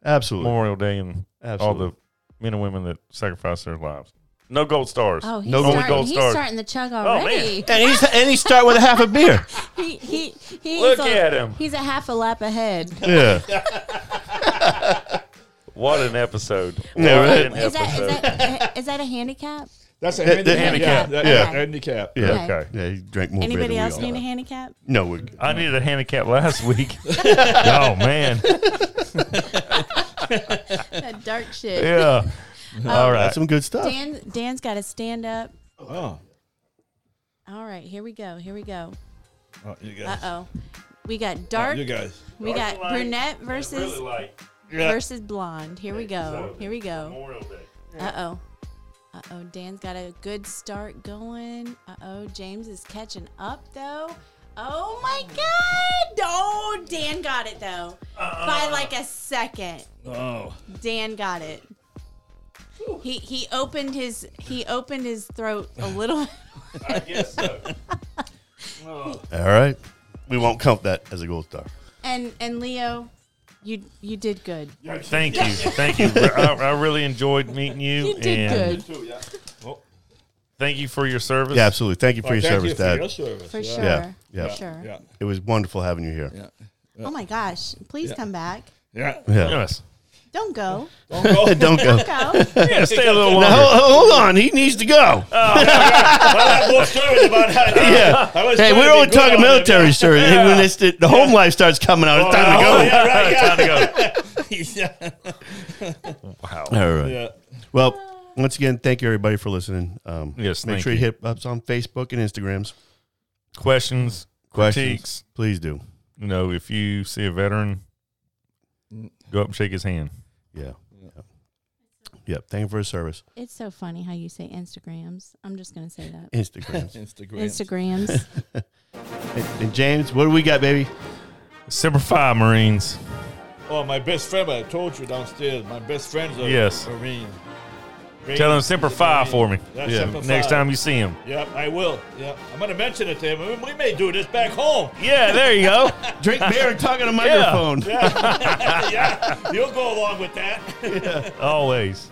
absolutely.
Memorial Day and
absolutely.
all the men and women that sacrificed their lives. No gold stars.
Oh, he's,
No gold
starting,
gold
he's
stars.
starting the chug
man.
already.
and he's and he start with a half a beer.
he, he, he's
Look
a-
at him.
He's a half a lap ahead.
Yeah,
What an episode! What
Yeah, right.
an
Is that,
episode.
is, that, is that a handicap?
That's a
That- that-
handicap.
Yeah,
Yeah.
that- handicap.
yeah,
Okay.
okay.
yeah. He drank more. beer than
Anybody
we
else
all
need a
have.
handicap?
No, we
I needed a handicap last week. oh man,
That dark shit.
yeah.
Um,
All right.
that's some good stuff.
Dan, Dan's got to stand up.
Oh,
All right, here we go. Here we go.
oh you
Uh
guys.
oh, we got dark.
You guys.
we got
light
brunette versus
like
versus blonde. Here we go. Here we go.
Memorial Day.
Uh oh. Uh oh, Dan's got a good start going. Uh oh, James is catching up though. Oh my God! Oh, Dan got it though by like a second.
Oh,
Dan got it. He he opened his he opened his throat a little.
I guess so.
All right, we won't count that as a gold star.
And and Leo, you you did good.
Thank you, thank you. I, I really enjoyed meeting you.
You did
and
good
too, yeah.
Thank you for your service.
Yeah, absolutely. Thank you for your
Thank
service,
you for
Dad.
your service.
for
yeah.
sure.
Yeah, yeah.
For sure.
Yeah.
It was wonderful having you here.
Yeah.
Oh my gosh! Please
Yeah.
come back.
Yeah.
Yeah,
Yes.
Don't go.
don't go.
Go.
Yeah, stay a little
Now,
longer.
hold, hold on, he needs to go. yeah. Hey, we're only talking military service. Hey, When it's the, the home life starts coming out, it's time to go.
Oh, yeah, right, time to
yeah.
go. Wow.
All right.
Yeah.
Well, once again, thank you everybody for listening. Um,
Yes,
make
thank
sure you
you.
hit us on Facebook and Instagrams.
Questions,
Questions,
critiques.
please do.
You know, if you see a veteran, go up and shake his hand.
Yeah. Yep. Yep. Thank you for your service.
It's so funny how you say Instagrams. I'm just gonna say that.
Instagrams.
Instagram.
Instagrams.
and, and James, what do we got, baby?
Semper Fi, Marines.
Oh, my best friend, I told you downstairs, my best friend's a
Yes.
Marine.
Tell him Semper Fi for me.
That's
Yeah.
Semper
Next
Fi.
time you see him.
Yep, I will. Yep. I'm going to mention it to him. We may do this back home.
Yeah, there you go.
Drink beer and talk on a microphone.
yeah. You'll go along with that.
Always.